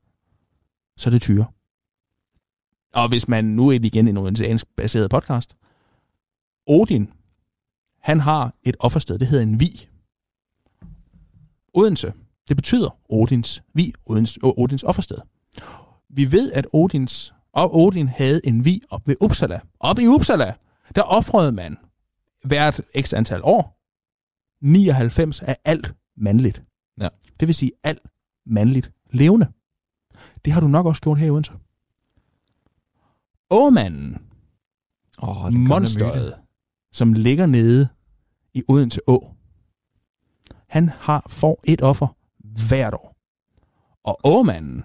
[SPEAKER 4] så er det tyre. Og hvis man nu er vi igen i en odenseansk baseret podcast, Odin, han har et offersted, det hedder en vi. Odense, det betyder Odins vi, Odins, O- Odins offersted. Vi ved, at Odins, og Odin havde en vi op ved Uppsala. Op i Uppsala, der offrede man hvert x antal år 99 af alt mandligt.
[SPEAKER 5] Ja.
[SPEAKER 4] Det vil sige alt mandligt levende. Det har du nok også gjort her i Odense. Åmanden,
[SPEAKER 5] oh,
[SPEAKER 4] monsteret, som ligger nede i Odense Å. Han har, får et offer hvert år. Og åmanden,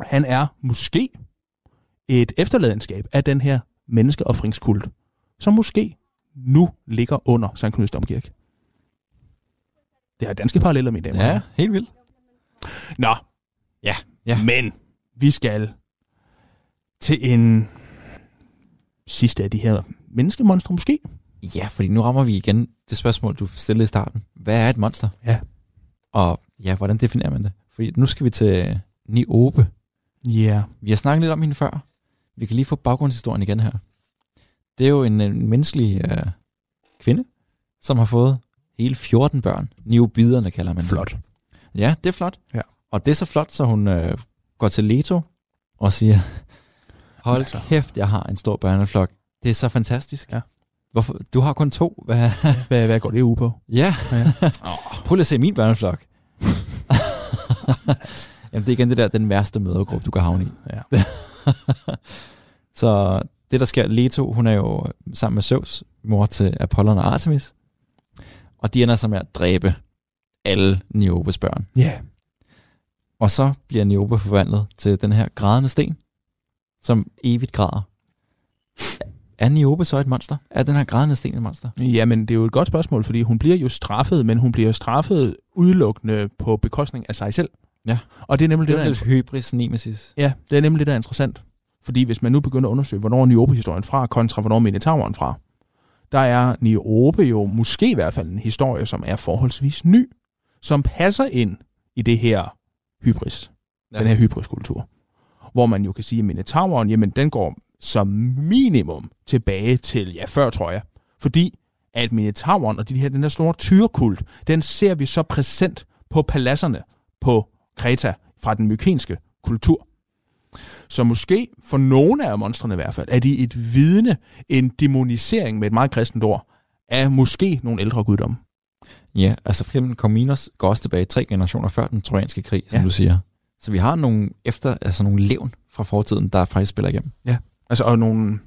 [SPEAKER 4] han er måske et efterladenskab af den her menneskeoffringskult, som måske nu ligger under Sankt Knuds Domkirke. Det har danske paralleller, mine damer. og
[SPEAKER 5] Ja,
[SPEAKER 4] herrer.
[SPEAKER 5] helt vildt.
[SPEAKER 4] Nå,
[SPEAKER 5] Ja, ja.
[SPEAKER 4] men vi skal til en sidste af de her menneskemonstre måske.
[SPEAKER 5] Ja, fordi nu rammer vi igen det spørgsmål, du stillede i starten. Hvad er et monster?
[SPEAKER 4] Ja.
[SPEAKER 5] Og ja, hvordan definerer man det? Fordi nu skal vi til Niobe.
[SPEAKER 4] Ja. Yeah.
[SPEAKER 5] Vi har snakket lidt om hende før. Vi kan lige få baggrundshistorien igen her. Det er jo en, en menneskelig øh, kvinde, som har fået hele 14 børn. Niobiderne kalder man det.
[SPEAKER 4] Flot.
[SPEAKER 5] Ja, det er flot.
[SPEAKER 4] Ja.
[SPEAKER 5] Og det er så flot, så hun øh, går til Leto og siger, hold
[SPEAKER 4] Altså.
[SPEAKER 5] kæft, jeg har en stor børneflok. Det er så fantastisk.
[SPEAKER 4] Ja.
[SPEAKER 5] Hvorfor? Du har kun to. Hvad?
[SPEAKER 4] Hvad, hvad går det uge på?
[SPEAKER 5] Ja.
[SPEAKER 4] Ja.
[SPEAKER 5] Prøv lige at se min børneflok. Jamen, det er igen det der, den værste mødergruppe, du kan havne i.
[SPEAKER 4] Ja.
[SPEAKER 5] så det, der sker, Leto, hun er jo sammen med Zeus, mor til Apollon og Artemis, og de ender så med at dræbe alle Niobes børn.
[SPEAKER 4] Ja.
[SPEAKER 5] Og så bliver Niobe forvandlet til den her grædende sten, som evigt græder. Er Niobe så et monster? Er den her grædende sten et monster?
[SPEAKER 4] Jamen, det er jo et godt spørgsmål, fordi hun bliver jo straffet, men hun bliver jo straffet udelukkende på bekostning af sig selv.
[SPEAKER 5] Ja.
[SPEAKER 4] Og det er nemlig det,
[SPEAKER 5] Det
[SPEAKER 4] der er,
[SPEAKER 5] er lidt
[SPEAKER 4] inter-
[SPEAKER 5] hybris nemesis.
[SPEAKER 4] ja, det er nemlig det, der er interessant. Fordi hvis man nu begynder at undersøge, hvornår er Niobe-historien fra, kontra hvornår er Minotauren fra, der er Niobe jo måske i hvert fald en historie, som er forholdsvis ny, som passer ind i det her hybris. ja. den her hybriskultur. Hvor man jo kan sige, at Minotauren, jamen den går som minimum tilbage til, ja, før tror jeg. Fordi at Minotauren og de her, den her store tyrekult, den ser vi så præsent på paladserne på Kreta fra den mykenske kultur. Så måske for nogle af monstrene i hvert fald, er de et vidne, en demonisering med et meget kristent ord, af måske nogle ældre guddomme.
[SPEAKER 5] Ja, altså for eksempel Comminos går også tilbage tre generationer før den trojanske krig, som
[SPEAKER 4] Ja.
[SPEAKER 5] ja. du siger. Så vi har nogle efter, altså nogle levn fra fortiden, der faktisk spiller igennem.
[SPEAKER 4] Altså, og nogle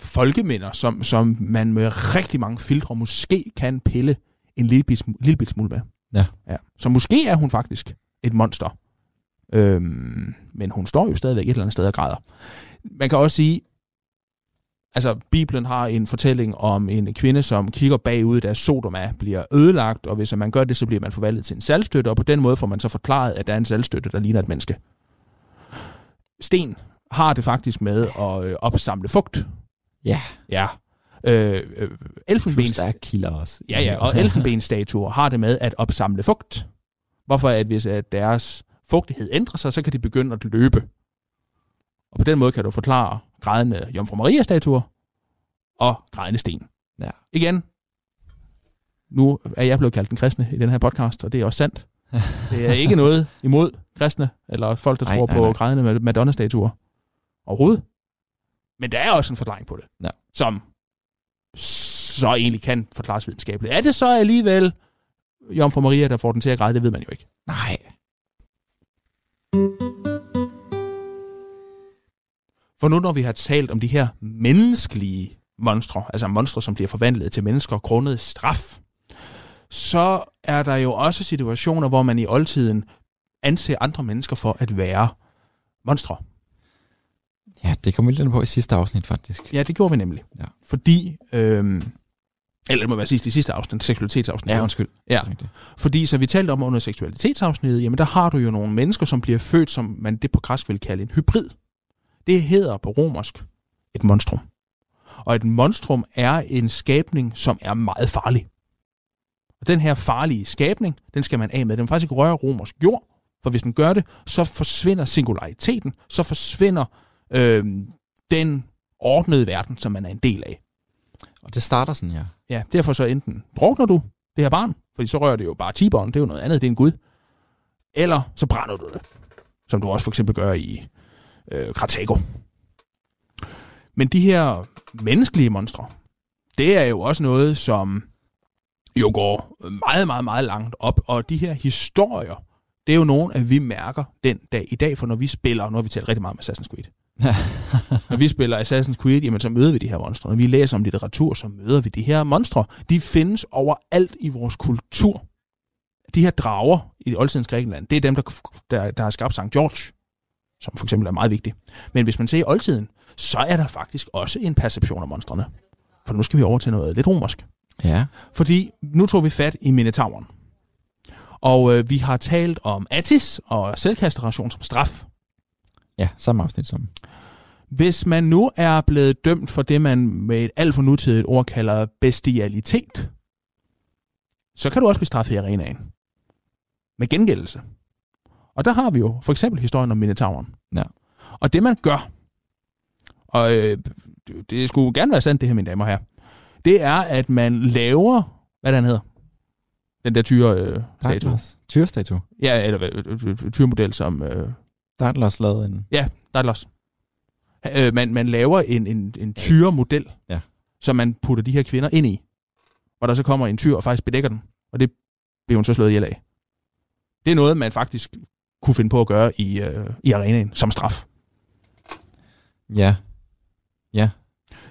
[SPEAKER 4] folkeminder, som, som man med rigtig mange filtre måske kan pille en lille, bit, sm- lille bit smule med.
[SPEAKER 5] Ja.
[SPEAKER 4] ja. Så måske er hun faktisk et monster. Øhm, men hun står jo stadigvæk et eller andet sted og græder. Man kan også sige, altså Bibelen har en fortælling om en kvinde, som kigger bagud, da Sodoma bliver ødelagt, og hvis man gør det, så bliver man forvandlet til en salgstøtte, og på den måde får man så forklaret, at der er en salgstøtte, der ligner et menneske. Sten har det faktisk med at øh, opsamle fugt.
[SPEAKER 5] Ja.
[SPEAKER 4] Ja. Øh, øh, elfenbens,
[SPEAKER 5] kilder også.
[SPEAKER 4] ja, ja, og elfenbenstatuer har det med at opsamle fugt. Hvorfor at hvis at deres fugtighed ændrer sig, så kan de begynde at løbe. Og på den måde kan du forklare grædende Jomfru Maria-statuer og grædende sten.
[SPEAKER 5] Ja.
[SPEAKER 4] Igen, nu er jeg blevet kaldt den kristne i den her podcast, og det er også sandt. Det er ikke noget imod kristne, eller folk, der
[SPEAKER 5] Nej,
[SPEAKER 4] tror
[SPEAKER 5] nej,
[SPEAKER 4] på
[SPEAKER 5] nej.
[SPEAKER 4] grædende Madonna-statuer. Overhovedet. Men der er også en forklaring på det,
[SPEAKER 5] Ja.
[SPEAKER 4] som så egentlig kan forklares videnskabeligt. Er det så alligevel Jomfru Maria, der får den til at græde? Det ved man jo ikke.
[SPEAKER 5] Nej.
[SPEAKER 4] For nu når vi har talt om de her menneskelige monstre, altså monstre, som bliver forvandlet til mennesker grundet straf, så er der jo også situationer, hvor man i oldtiden anser andre mennesker for at være monstre.
[SPEAKER 5] Ja, det kom vi lidt ind på i sidste afsnit, faktisk.
[SPEAKER 4] Ja, det gjorde vi nemlig.
[SPEAKER 5] Ja.
[SPEAKER 4] Fordi, øhm, eller det må være sidst i sidste afsnit, seksualitetsafsnit.
[SPEAKER 5] undskyld.
[SPEAKER 4] Ja.
[SPEAKER 5] Ja.
[SPEAKER 4] Fordi, så vi talte om under seksualitetsafsnittet, jamen der har du jo nogle mennesker, som bliver født, som man det på græsk vil kalde en hybrid. Det hedder på romersk et monstrum. Og et monstrum er en skabning, som er meget farlig. Og den her farlige skabning, den skal man af med. Den må faktisk ikke røre romersk jord, for hvis den gør det, så forsvinder singulariteten, så forsvinder øh, den ordnede verden, som man er en del af.
[SPEAKER 5] Og det starter sådan, ja.
[SPEAKER 4] Ja, derfor så enten drukner du det her barn, fordi så rører det jo bare tiberen, det er jo noget andet, det er en gud. Eller så brænder du det, som du også for eksempel gør i øh, Kratego. Men de her menneskelige monstre, det er jo også noget, som jo går meget, meget, meget langt op. Og de her historier, det er jo nogle, at vi mærker den dag i dag, for når vi spiller, nu har vi talt rigtig meget om Assassin's Creed. Når vi spiller Assassin's Creed, jamen så møder vi de her monstre. Når vi læser om litteratur, så møder vi de her monstre. De findes overalt i vores kultur. De her drager i oldtidens Grækenland, det er dem, der, der, der har skabt St. George, som for eksempel er meget vigtig. Men hvis man ser i oldtiden, så er der faktisk også en perception af monstrene. For nu skal vi over til noget lidt romersk.
[SPEAKER 5] Ja.
[SPEAKER 4] Fordi nu tog vi fat i Minotauren. Og øh, vi har talt om Attis og selvkastration som straf.
[SPEAKER 5] Ja, samme afsnit som.
[SPEAKER 4] Hvis man nu er blevet dømt for det, man med et alt for nutidigt ord kalder bestialitet, så kan du også blive straffet i arenaen. Med gengældelse. Og der har vi jo for eksempel historien om Minotauren.
[SPEAKER 5] Ja.
[SPEAKER 4] Og det man gør, og øh, det- det skulle gerne være sandt det her, mine damer her, det er, at man laver, hvad den hedder, den der tyre øh, statue.
[SPEAKER 5] Tyrstatue.
[SPEAKER 4] Ja, eller øh, øh, tyremodel, som øh,
[SPEAKER 5] Dartlers lavede en...
[SPEAKER 4] Der er los. Øh, man, man laver en, en, en tyremodel,
[SPEAKER 5] Ja.
[SPEAKER 4] som man putter de her kvinder ind i. Hvor der så kommer en tyr og faktisk bedækker den. Og det bliver hun så slået ihjel af. Det er noget, man faktisk kunne finde på at gøre i, øh, i arenaen som straf.
[SPEAKER 5] Ja.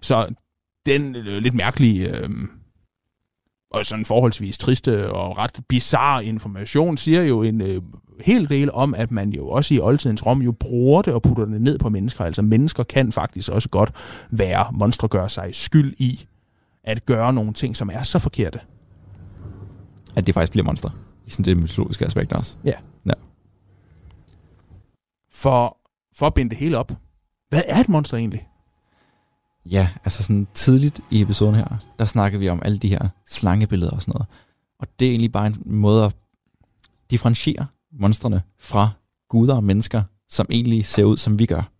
[SPEAKER 4] Så den øh, lidt mærkelige øh, og sådan forholdsvis triste og ret bizarre information siger jo en øh, hel del om, at man jo også i oldtidens Rom jo bruger det og putter det ned på mennesker. Altså mennesker kan faktisk også godt være monstre gør sig skyld i at gøre nogle ting, som er så forkerte.
[SPEAKER 5] At det faktisk bliver monster. I sådan det mytologiske aspekt også.
[SPEAKER 4] For, for at binde det hele op. Hvad er et monster egentlig?
[SPEAKER 5] Ja, altså sådan tidligt i episoden her, der snakkede vi om alle de her slangebilleder og sådan noget. Og det er egentlig bare en måde at differentiere monstrene fra guder og mennesker, som egentlig ser ud, som vi gør.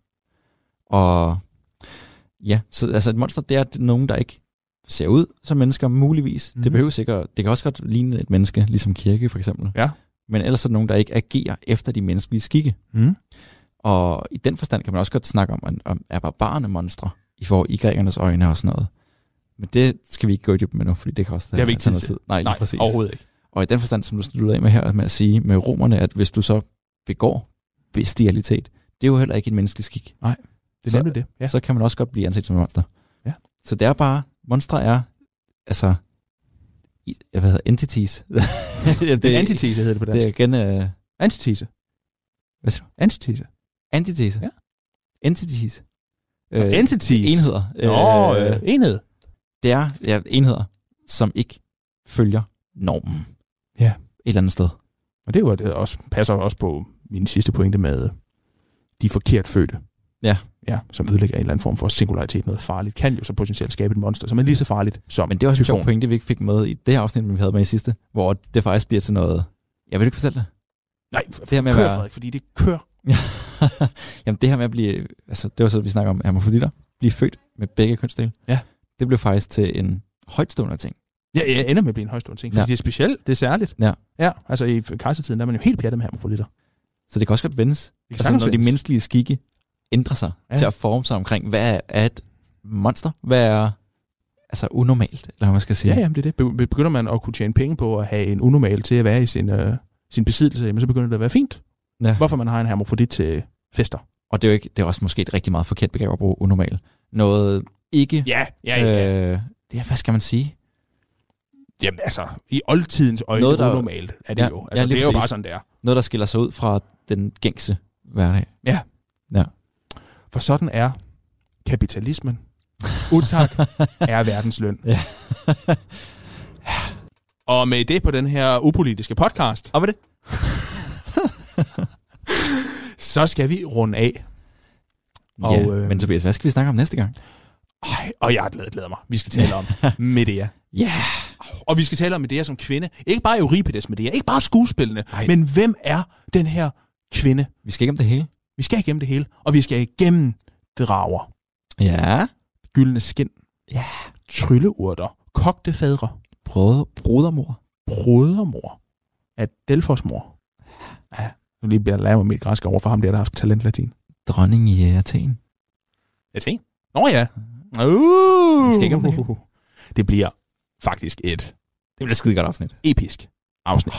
[SPEAKER 5] Og ja, så altså et monster, det er nogen, der ikke ser ud som mennesker, muligvis. Mm.
[SPEAKER 4] Mhm.
[SPEAKER 5] Det behøver sikkert, det kan også godt ligne et menneske, ligesom kirke for eksempel.
[SPEAKER 4] Ja.
[SPEAKER 5] Men ellers er det nogen, der ikke agerer efter de menneskelige skikke.
[SPEAKER 4] Mm.
[SPEAKER 5] Og i den forstand kan man også godt snakke om, om er barbarerne monstre i for i grækernes øjne og sådan noget. Men det skal vi ikke gå i dybden med nu, fordi det kan også
[SPEAKER 4] Det har vi ikke
[SPEAKER 5] tage
[SPEAKER 4] tid
[SPEAKER 5] noget
[SPEAKER 4] til.
[SPEAKER 5] Nej,
[SPEAKER 4] Nej,
[SPEAKER 5] lige præcis.
[SPEAKER 4] overhovedet ikke.
[SPEAKER 5] Og i den forstand, som du sluttede af med her, med at sige med romerne, at hvis du så begår bestialitet, det er jo heller ikke en menneskeskik.
[SPEAKER 4] Det
[SPEAKER 5] Så-
[SPEAKER 4] er nemlig det.
[SPEAKER 5] Ja.
[SPEAKER 4] Ja.
[SPEAKER 5] Så kan man også godt blive anset som et monster.
[SPEAKER 4] Ja.
[SPEAKER 5] Så det er bare, monstre er, altså, i- hvad hedder entities. ja, det,
[SPEAKER 4] Det, en antitese hedder det på
[SPEAKER 5] Det er
[SPEAKER 4] dansk.
[SPEAKER 5] igen, øh,
[SPEAKER 4] Antitese.
[SPEAKER 5] hvad siger du?
[SPEAKER 4] Antitese.
[SPEAKER 5] Antitese.
[SPEAKER 4] Ja.
[SPEAKER 5] Entities.
[SPEAKER 4] Øh, Entities.
[SPEAKER 5] Enheder.
[SPEAKER 4] Nå,
[SPEAKER 5] Øh,
[SPEAKER 4] øh, enhed.
[SPEAKER 5] det er ja, enheder, som ikke følger normen.
[SPEAKER 4] Ja.
[SPEAKER 5] Et eller andet sted.
[SPEAKER 4] Og det var det der også passer også på min sidste pointe med øh, de forkert fødte.
[SPEAKER 5] Ja.
[SPEAKER 4] Ja, som ødelægger en eller anden form for singularitet, noget farligt, kan jo så potentielt skabe et monster, som er lige så farligt som
[SPEAKER 5] Men det var også en sjov
[SPEAKER 4] tyfon.
[SPEAKER 5] pointe, vi ikke fik med i det her afsnit, men vi havde med i sidste, hvor det faktisk bliver til noget... Jeg vil ikke fortælle det.
[SPEAKER 4] Nej,
[SPEAKER 5] her med at
[SPEAKER 4] kør,
[SPEAKER 5] være-
[SPEAKER 4] Frederik, fordi det kører
[SPEAKER 5] Jamen det her med at blive, altså det var så, vi snakker om hermafroditter, blive født med begge kønsdele.
[SPEAKER 4] Ja.
[SPEAKER 5] Det blev faktisk til en højtstående ting.
[SPEAKER 4] Ja, jeg ender med at blive en højstående ting, fordi
[SPEAKER 5] Ja.
[SPEAKER 4] ja. det er specielt, det er særligt.
[SPEAKER 5] Ja.
[SPEAKER 4] ja altså i kejsertiden, der er man jo helt pjattet med hermafroditter.
[SPEAKER 5] Så det kan også godt vendes.
[SPEAKER 4] Det kan
[SPEAKER 5] Altså,
[SPEAKER 4] sagtens
[SPEAKER 5] når de
[SPEAKER 4] vendes.
[SPEAKER 5] menneskelige skikke ændrer sig ja.
[SPEAKER 4] Ja.
[SPEAKER 5] til at forme sig omkring, hvad er- er et monster? Hvad er altså unormalt, eller hvad man skal sige?
[SPEAKER 4] Ja, jamen det er det. Be- Begynder man at kunne tjene penge på at have en unormal til at være i sin, øh, sin besiddelse, jamen så begynder det at være fint.
[SPEAKER 5] Ja.
[SPEAKER 4] Hvorfor man har en hermofrodit til fester.
[SPEAKER 5] Og det er jo ikke, det er også måske et rigtig meget forkert begreb at bruge unormal. Noget ikke...
[SPEAKER 4] Ja, ja, ja. Øh,
[SPEAKER 5] Øh, ja, hvad skal man sige?
[SPEAKER 4] jamen altså, i oldtidens øjne noget,
[SPEAKER 5] Noget, der-
[SPEAKER 4] der... unormalt er det
[SPEAKER 5] Ja,
[SPEAKER 4] ja, jo.
[SPEAKER 5] ja,
[SPEAKER 4] Altså
[SPEAKER 5] lige
[SPEAKER 4] det er jo
[SPEAKER 5] præcis.
[SPEAKER 4] bare sådan, det er.
[SPEAKER 5] Noget, der skiller sig ud fra den gængse hverdag.
[SPEAKER 4] For sådan er kapitalismen. Utak er verdens løn.
[SPEAKER 5] Ja.
[SPEAKER 4] Og med det på den her upolitiske podcast,
[SPEAKER 5] Og med det,
[SPEAKER 4] så skal vi runde af. Og,
[SPEAKER 5] ja,
[SPEAKER 4] øh,
[SPEAKER 5] men Tobias, hvad skal vi snakke om næste gang?
[SPEAKER 4] Ej, og jeg glæder, glæder mig. Vi skal tale om Medea.
[SPEAKER 5] Ja, yeah.
[SPEAKER 4] Og vi skal tale om Medea som kvinde. Ikke bare Euripides Medea, ikke bare skuespillene, Ej. men hvem er den her kvinde?
[SPEAKER 5] vi skal igennem det hele.
[SPEAKER 4] Vi skal igennem det hele, og vi skal igennem drager,
[SPEAKER 5] Ja.
[SPEAKER 4] gyldne skin,
[SPEAKER 5] Ja.
[SPEAKER 4] trylleurter, kogte fædre,
[SPEAKER 5] Brød, brodermor.
[SPEAKER 4] brodermor, af Delfos mor. Ja, nu lige bliver jeg lavet mit græsk over for ham der, der har haft talent latin.
[SPEAKER 5] Dronning i øh, Athen.
[SPEAKER 4] Jeg se. Nå ja. Uh,
[SPEAKER 5] Vi skal igennem det hele.
[SPEAKER 4] det bliver faktisk et
[SPEAKER 5] Det bliver skide godt afsnit.
[SPEAKER 4] episk afsnit.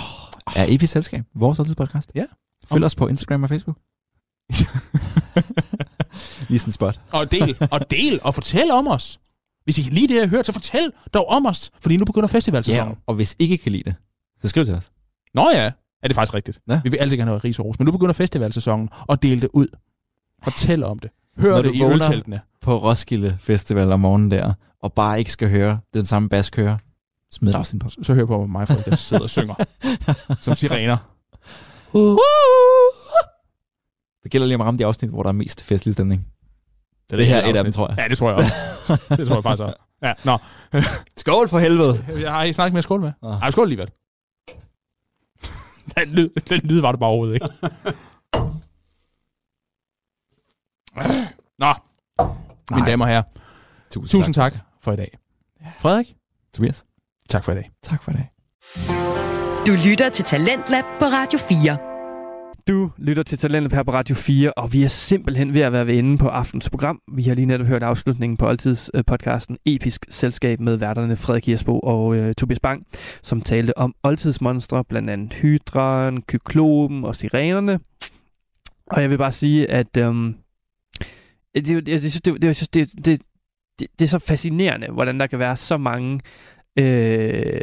[SPEAKER 5] Er Episk Selskab, vores podcast.
[SPEAKER 4] Ja.
[SPEAKER 5] Følg os på Instagram og Facebook. Lige sådan en spot.
[SPEAKER 4] og del, og del, og fortæl om os. Hvis I kan lide det, jeg har hørt, så fortæl dog om os, fordi nu begynder festivalsæsonen. Yeah.
[SPEAKER 5] og hvis I ikke kan lide det, så skriv til os.
[SPEAKER 4] Nå ja, er det faktisk rigtigt.
[SPEAKER 5] Ja.
[SPEAKER 4] Ja. Vi vil altid gerne have ris og ros, men nu begynder festivalsæsonen, og del det ud. Fortæl om det. Hør
[SPEAKER 5] Når
[SPEAKER 4] det
[SPEAKER 5] du
[SPEAKER 4] i
[SPEAKER 5] vågner-
[SPEAKER 4] ølteltene.
[SPEAKER 5] På Roskilde Festival om morgenen der, og bare ikke skal høre den samme bas køre, smid afsnit på.
[SPEAKER 4] Så hør på mig, folk, der sidder og synger som sirener.
[SPEAKER 5] Det gælder lige om at ramme de afsnit, hvor der er mest festlig stemning.
[SPEAKER 4] er
[SPEAKER 5] Det her er
[SPEAKER 4] hele
[SPEAKER 5] et af dem,
[SPEAKER 4] afsnit.
[SPEAKER 5] tror jeg.
[SPEAKER 4] Ja, det tror jeg også. Det tror jeg faktisk også. Ja, nå.
[SPEAKER 5] Skål for helvede!
[SPEAKER 4] Jeg har ikke snakket med skål med.
[SPEAKER 5] Nå.
[SPEAKER 4] Nej, skål alligevel. Den lyd, den lyd var det bare overhovedet ikke. Nå, mine
[SPEAKER 5] Nej.
[SPEAKER 4] damer og herrer,
[SPEAKER 5] Tusind,
[SPEAKER 4] tusind tak. tak for i dag. Frederik,
[SPEAKER 5] Tobias,
[SPEAKER 4] tak for i dag.
[SPEAKER 5] tak for i dag.
[SPEAKER 2] Du lytter til Talentlab på Radio 4.
[SPEAKER 3] Du lytter til Talentet her på Radio 4, og vi er simpelthen ved at være ved enden på aftens program. Vi har lige netop hørt afslutningen på oldtidspodcasten Episk Selskab med værterne Frederik Jesbo og øh, Tobias Bang, som talte om oldtidsmonstre, blandt andet hydran, kyklopen og sirenerne. Og jeg vil bare sige, at øhm, det, det, jeg synes, det, det, jeg synes, det, det, det, det er så fascinerende, hvordan der kan være så mange øh,